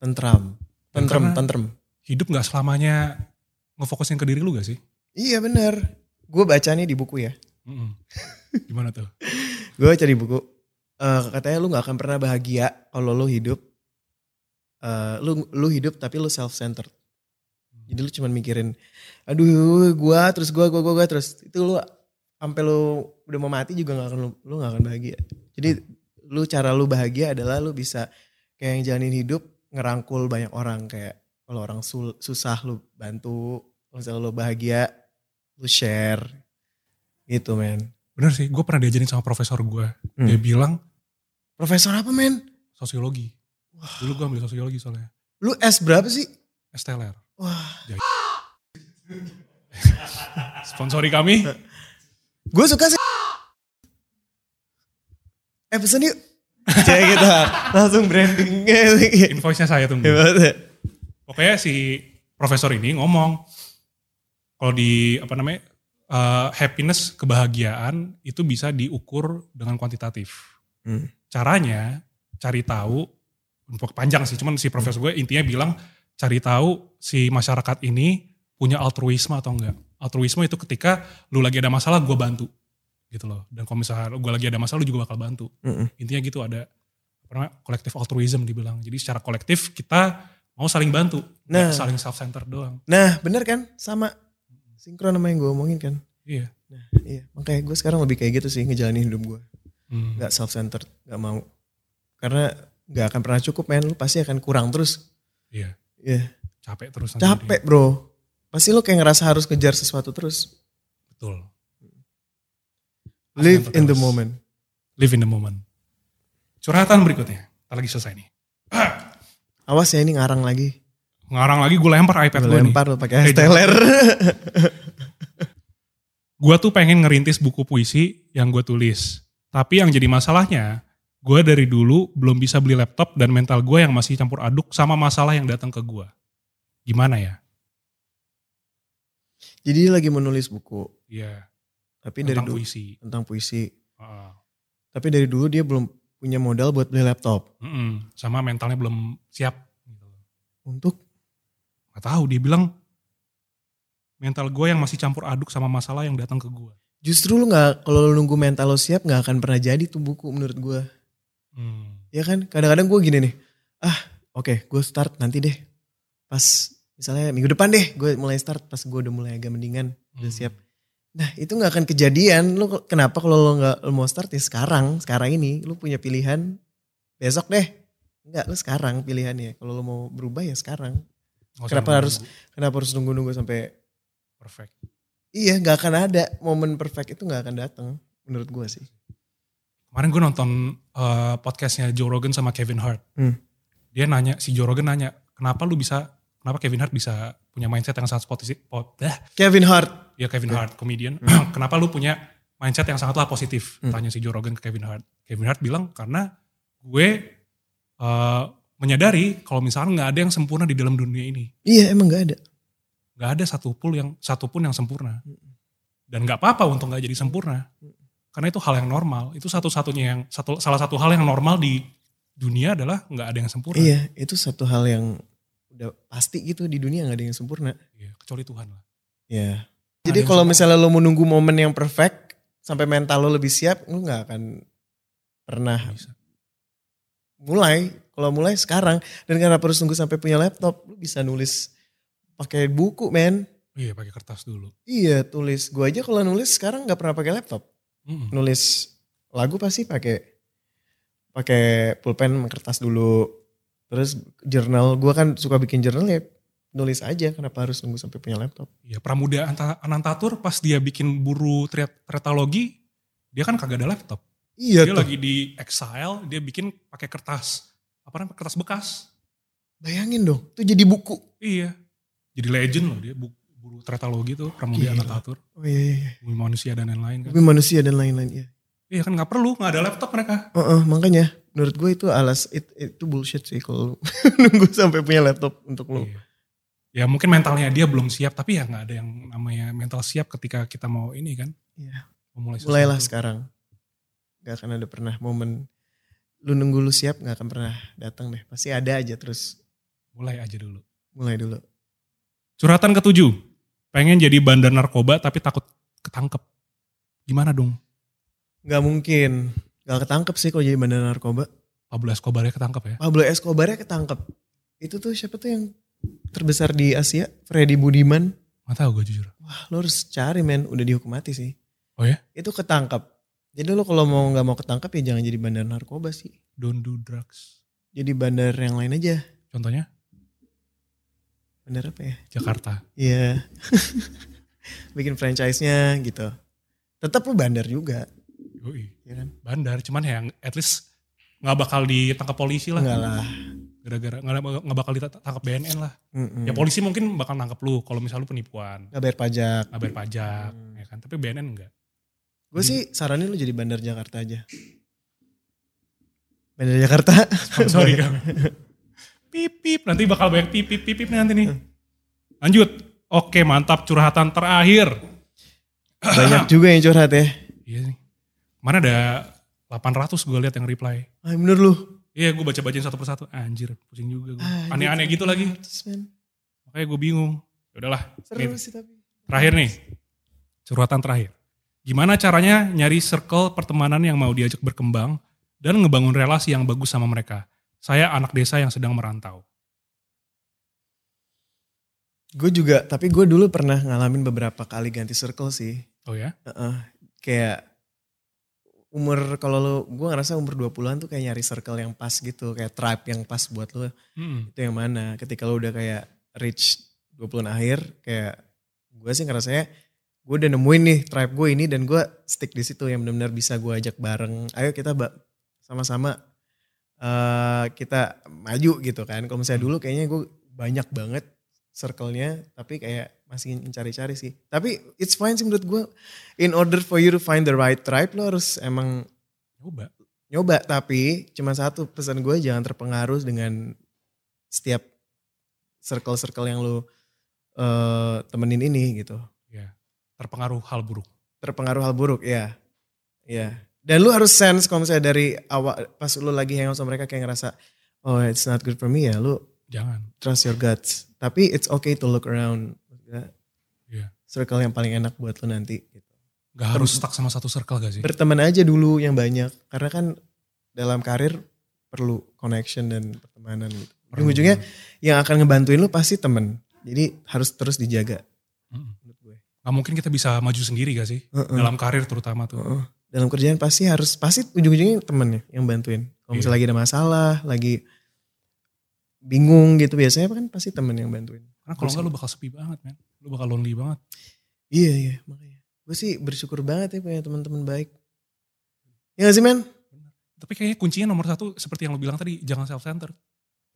B: tentram.
A: Dan
B: Tentrem,
A: karena-
B: tentrem.
A: Hidup gak selamanya ngefokusin ke diri lu gak sih?
B: Iya bener. Gue baca nih di buku ya.
A: Mm-mm. Gimana tuh?
B: Gue baca di buku. eh, katanya lu gak akan pernah bahagia kalau lu hidup. eh, lu lu hidup tapi lu self-centered. Jadi lu cuman mikirin, aduh gua terus gua gua gua, gua terus itu lu sampai lu udah mau mati juga nggak akan lu, lu gak akan bahagia. Jadi lu cara lu bahagia adalah lu bisa kayak yang jalanin hidup ngerangkul banyak orang kayak kalau orang sul- susah lu bantu, kalau misalnya lu bahagia lu share gitu men.
A: Bener sih, gue pernah diajarin sama profesor gue.
B: Hmm.
A: Dia bilang
B: Profesor apa men?
A: sosiologi. Dulu gue ambil sosiologi soalnya.
B: Lu S berapa sih?
A: STLR.
B: Wah,
A: Sponsori kami.
B: gue suka sih. Eh pesan yuk. Kayak gitu. Langsung branding. Hmm.
A: Invoice-nya saya tunggu.
B: Hebat ya.
A: Pokoknya si profesor ini ngomong. Kalau di apa namanya. eh, happiness, kebahagiaan itu bisa diukur dengan kuantitatif.
B: Hmm.
A: Caranya cari tahu. Untuk panjang sih. Cuman si profesor gue intinya bilang cari tahu si masyarakat ini punya altruisme atau enggak. Altruisme itu ketika lu lagi ada masalah gue bantu gitu loh. Dan kalau misalnya gue lagi ada masalah lu juga bakal bantu.
B: Mm-mm.
A: Intinya gitu ada apa namanya kolektif altruism dibilang. Jadi secara kolektif kita mau saling bantu,
B: Nah.
A: nggak saling self centered doang.
B: Nah bener kan? Sama. Sinkron sama yang gue omongin kan.
A: Iya.
B: Nah, iya. Makanya gue sekarang lebih kayak gitu sih ngejalanin hidup gue.
A: Hmm.
B: Gak self-centered. Gak mau. Karena gak akan pernah cukup men. Lu pasti akan kurang terus.
A: Iya.
B: Iya.
A: Capek terus nanti
B: Capek bro. Pasti lu kayak ngerasa harus ngejar sesuatu terus.
A: jadi. Betul.
B: Live in the
A: Terus.
B: moment.
A: Live in the moment. Curhatan berikutnya. Ntar lagi selesai nih.
B: Awas ya ini ngarang lagi.
A: Ngarang lagi gue lempar iPad
B: Lu
A: gue nih.
B: lempar lu
A: Eh,
B: pakai
A: jangan.
B: steler.
A: Gue tuh pengen ngerintis buku puisi yang gue tulis. Tapi yang jadi masalahnya, gue dari dulu belum bisa beli laptop dan mental gue yang masih campur aduk sama masalah yang datang ke gue. Gimana ya?
B: Jadi dia lagi menulis buku,
A: Iya,
B: tapi dari
A: tentang
B: dulu
A: puisi.
B: tentang puisi.
A: Heeh.
B: Tapi dari dulu dia belum punya modal buat beli laptop.
A: Mm-mm. Sama mentalnya belum siap. Gitu.
B: Untuk
A: Gak tahu dia bilang mental gue yang masih campur aduk sama masalah yang datang ke gue.
B: justru lu nggak kalau lu nunggu mental lo siap nggak akan pernah jadi tuh buku menurut gua.
A: Hmm.
B: Ya kan? Kadang-kadang gua gini nih. Ah, oke, gua start nanti deh. Pas misalnya minggu depan deh gue mulai start pas gua udah mulai agak mendingan. Udah
A: Hmm.
B: siap. Nah itu nggak akan kejadian. Lu ke- kenapa kalau lu nggak lu mau start ya sekarang, sekarang ini lu punya pilihan besok deh. Enggak, lu sekarang pilihannya. Kalau lu mau berubah ya sekarang.
A: Nggak usah
B: Kenapa
A: nunggu
B: harus- Kenapa harus nunggu-nunggu sampai
A: perfect?
B: iya nggak akan ada momen perfect itu nggak akan datang menurut gua sih.
A: Kemarin gue nonton eh, podcastnya Joe Rogan sama Kevin Hart.
B: Hmm.
A: Dia nanya, si Joe Rogan nanya, kenapa lu bisa, kenapa Kevin Hart bisa punya mindset yang sangat positif? po- dah,
B: Kevin Hart.
A: ya Kevin
B: Hmm.
A: Hart, comedian. Kenapa lu punya mindset yang sangatlah positif?
B: Hmm.
A: Tanya si Joe Rogan ke Kevin Hart. Kevin Hart bilang karena gue eh, menyadari kalau misalnya nggak ada yang sempurna di dalam dunia ini,
B: Iya emang nggak ada.
A: nggak ada satupun yang satupun yang sempurna,
B: Hmm.
A: dan nggak apa-apa untuk nggak jadi sempurna, karena itu hal yang normal. Itu satu-satunya yang satu salah satu hal yang normal di dunia adalah nggak ada yang sempurna,
B: Iya itu satu hal yang udah pasti gitu di dunia nggak ada yang sempurna.
A: Iya, kecuali Tuhan lah. Nggak
B: Iya. Jadi
A: ada yang
B: kalau
A: sempurna.
B: misalnya lo menunggu momen yang perfect sampai mental lo lebih siap, lo nggak akan pernah
A: Nggak bisa.
B: mulai kalau mulai sekarang dan karena harus tunggu sampai punya laptop lu bisa nulis pakai buku men
A: Iya, pakai kertas dulu.
B: iya tulis gua aja kalau nulis sekarang nggak pernah pakai laptop
A: Mm-mm.
B: nulis lagu pasti pakai pakai pulpen sama kertas dulu terus jurnal gua kan suka bikin jurnal ya nulis aja kenapa harus nunggu sampai punya laptop
A: Ya Pramuda Anta- Anantatur pas dia bikin buru tret- tretalogi, dia kan kagak ada laptop.
B: iya
A: dia
B: tuh
A: lagi di exile, dia bikin pakai kertas. Apa namanya? Kertas bekas.
B: bayangin dong itu jadi buku
A: Iya. Jadi legend loh dia bu- buru tretalogi tuh Pramuda
B: Gila.
A: Anantatur,
B: oh iya iya iya.
A: bumi manusia dan lain-lain kan.
B: tapi manusia dan lain-lain ya
A: Iya kan nggak perlu, nggak ada laptop mereka.
B: Heeh, makanya menurut gue itu alas it- itu bullshit sih kalau lu nunggu sampai punya laptop untuk lu
A: Iya. Ya mungkin mentalnya dia belum siap, tapi ya nggak ada yang namanya mental siap ketika kita mau ini kan.
B: Iya.
A: Memulai sesuatu.
B: mulailah sekarang gak akan ada pernah momen lu nunggu lu siap gak akan pernah datang deh pasti ada aja terus
A: Mulai aja dulu.
B: mulai dulu
A: Curhatan ketujuh. Pengen jadi bandar narkoba tapi takut ketangkep. Gimana dong?
B: gak mungkin gak ketangkep sih kalau jadi bandar narkoba
A: Pablo Escobar ya ketangkep ya.
B: Pablo Escobar ketangkep itu tuh siapa tuh yang terbesar di Asia, Freddy Budiman.
A: Nggak tahu gue jujur.
B: Wah, lo harus cari men, udah dihukum mati sih.
A: Oh ya?
B: Itu ketangkap. Jadi lo kalau mau nggak mau ketangkap ya jangan jadi bandar narkoba sih.
A: Don't do drugs.
B: Jadi bandar yang lain aja.
A: Contohnya
B: Bandar apa ya?
A: Jakarta.
B: Iya. Bikin franchise-nya gitu. Tetap lo bandar juga,
A: Yoi.
B: ya kan?
A: Bandar. Cuman ya at least nggak bakal ditangkap polisi lah.
B: Enggak lah.
A: Gara-gara nggak ada- nggak bakal ditangkap BNN lah.
B: Mm-mm.
A: Ya polisi mungkin bakal nangkep lu kalau misal lu penipuan,
B: Nggak bayar pajak.
A: nggak bayar pajak,
B: Hmm.
A: ya kan. Tapi BNN enggak.
B: Gue
A: Hmm.
B: sih saranin lu jadi bandar Jakarta aja. Bandar Jakarta.
A: Sorry kan. Pip pip nanti bakal banyak pip pip pip, pip nanti nih. Lanjut. Oke, mantap curhatan terakhir.
B: Banyak juga yang curhat ya.
A: Iya nih. Kemarin ada 800 gue lihat yang reply.
B: Ah, bener lu.
A: Iya gue baca-bacain satu persatu. Anjir pusing juga gue.
B: Ah,
A: Aneh-aneh gitu lagi.
B: 100, men.
A: Makanya gue bingung. Yaudahlah.
B: Seru
A: Nih,
B: sih tapi.
A: terakhir nih. Curhatan terakhir. Gimana caranya nyari circle pertemanan yang mau diajak berkembang dan ngebangun relasi yang bagus sama mereka. Saya anak desa yang sedang merantau.
B: Gue juga, tapi gue dulu pernah ngalamin beberapa kali ganti circle sih.
A: Oh ya?
B: Heeh. Kayak umur kalau lu, gue ngerasa umur 20-an tuh kayak nyari circle yang pas gitu. Kayak tribe yang pas buat lu.
A: Mm-mm.
B: Itu yang mana. Ketika lu udah kayak reach 20-an akhir, kayak gue sih ngerasanya gue udah nemuin nih tribe gue ini dan gue stick di situ yang benar-benar bisa gue ajak bareng. Ayo kita ba- sama-sama eh kita maju gitu kan. Kalau misalnya dulu kayaknya gue banyak banget circle-nya tapi kayak masih mencari-cari sih. Tapi it's fine sih menurut gue. In order for you to find the right tribe lo harus emang
A: Coba.
B: nyoba tapi cuma satu pesan gue jangan terpengaruh dengan setiap circle-circle yang lu eh, temenin ini gitu
A: Terpengaruh hal buruk.
B: terpengaruh hal buruk ya ya dan lu harus sense kalau misalnya dari awal pas lu lagi hangout sama mereka kayak ngerasa oh it's not good for me ya lu
A: Jangan.
B: trust your guts tapi it's okay to look around ya.
A: Iya.
B: circle yang paling enak buat lu nanti gitu.
A: Gak harus stuck sama satu circle gak sih?
B: berteman aja dulu yang banyak karena kan dalam karir perlu connection dan pertemanan gitu. ujung-ujungnya yang akan ngebantuin lu pasti temen jadi harus terus dijaga
A: Mm-mm.
B: menurut gue
A: Gak mungkin kita bisa maju sendiri gak sih?
B: Heeh.
A: Dalam karir terutama tuh.
B: Heeh. dalam kerjaan pasti harus pasti ujung-ujungnya temennya yang bantuin. Kalau misalnya lagi ada masalah, lagi bingung gitu biasanya kan pasti temen yang bantuin.
A: Karena kalau enggak lu bakal sepi banget men. Lu bakal lonely banget.
B: Iya iya makanya. Gue sih bersyukur banget ya punya teman-teman baik. Ya gak sih men?
A: Tapi kayaknya kuncinya nomor satu seperti yang lu bilang tadi, jangan self-centered.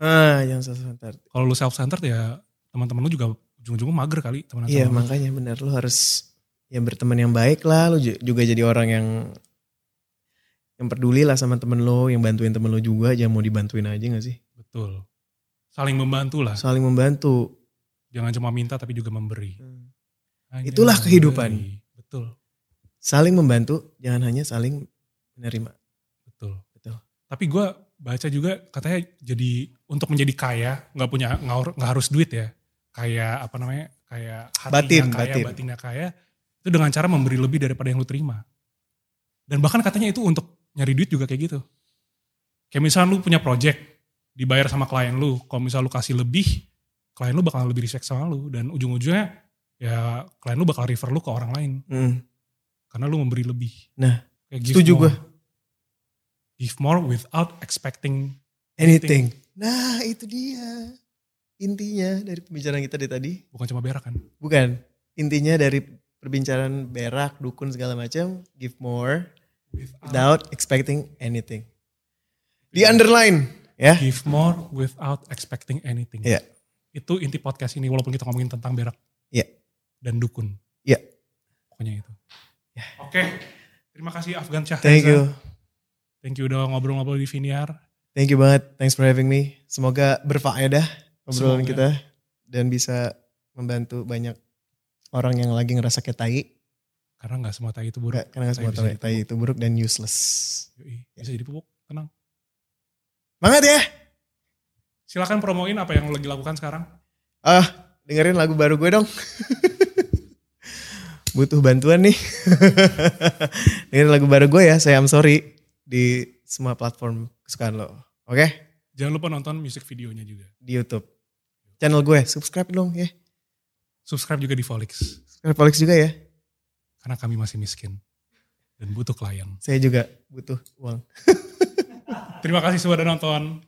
B: Ah jangan sebentar.
A: Kalau lu self-centered ya teman-teman lu juga ujung-ujungnya mager kali teman
B: Iya makanya benar lu harus ya berteman yang baik lah. Lu ju- juga jadi orang yang yang peduli lah sama temen lo, yang bantuin temen lo juga, jangan mau dibantuin aja gak sih?
A: Betul. Saling membantu lah.
B: Saling membantu.
A: Jangan cuma minta tapi juga memberi.
B: Hmm.
A: Hanya
B: Itulah
A: memberi.
B: kehidupan.
A: Betul,
B: Saling membantu, jangan hanya saling menerima.
A: betul.
B: Betul.
A: Tapi gua baca juga katanya jadi untuk menjadi kaya nggak punya nggak nggak harus duit ya. Kaya apa namanya? Kayak hatinya
B: Batin,
A: kaya,
B: batin.
A: batinnya kaya. Itu dengan cara memberi lebih daripada yang lu terima. Dan bahkan katanya itu untuk nyari duit juga kayak gitu. Kayak misalnya lu punya project dibayar sama klien lu, kalau misalnya lu kasih lebih, klien lu bakal lebih respect sama lu dan ujung-ujungnya ya klien lu bakal refer lu ke orang lain.
B: Hmm.
A: karena lu memberi lebih.
B: Nah,
A: Kayak
B: setuju
A: more. Give more without expecting.
B: Anything. Nah itu dia intinya dari pembicaraan kita dari tadi.
A: Bukan cuma berak kan?
B: Bukan intinya dari perbincangan berak, dukun segala macam. Give more
A: Without,
B: without expecting anything. Di underline ya.
A: Give more without expecting anything.
B: Iya.
A: Itu inti podcast ini walaupun kita ngomongin tentang berak.
B: Iya.
A: Dan dukun.
B: Iya. Ya.
A: Pokoknya itu. Oke. Terima kasih Afgan Syah.
B: Thank you,
A: Thank you udah ngobrol-ngobrol di Viniar.
B: thank you banget. Thanks for having me. Semoga berfaedah obrolan
A: Semoga.
B: kita dan bisa membantu banyak orang yang lagi ngerasa kayak tai.
A: Karena nggak semua tai itu buruk.
B: Nggak, Karena nggak
A: Tai
B: semua
A: bisa
B: tai Ya.
A: dipupuk.
B: tai itu buruk dan useless.
A: Yoi, Bisa jadi pupuk. Tenang.
B: Banget ya.
A: Silakan promoin apa yang lo lagi lakukan sekarang.
B: Ah, dengerin lagu baru gue dong. Butuh bantuan nih. dengerin lagu baru gue ya, saya am sorry di semua platform kesukaan lo. Oke,
A: Jangan lupa nonton music videonya juga.
B: di YouTube. channel gue. Subscribe dong ya.
A: Subscribe juga di Volix.
B: Subscribe Alex juga ya.
A: Karena kami masih miskin. Dan butuh klien.
B: Saya juga butuh uang.
A: Terima kasih sudah nonton.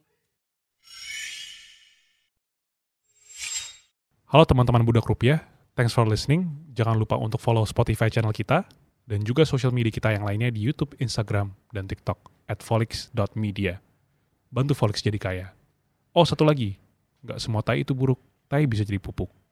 A: Halo teman-teman Budak Rupiah. Thanks for listening. Jangan lupa untuk follow Spotify channel kita dan juga social media kita yang lainnya di YouTube, Instagram, dan TikTok at folix.media. Bantu Folix jadi kaya. Oh, satu lagi. Nggak semua tai itu buruk. Tai bisa jadi pupuk.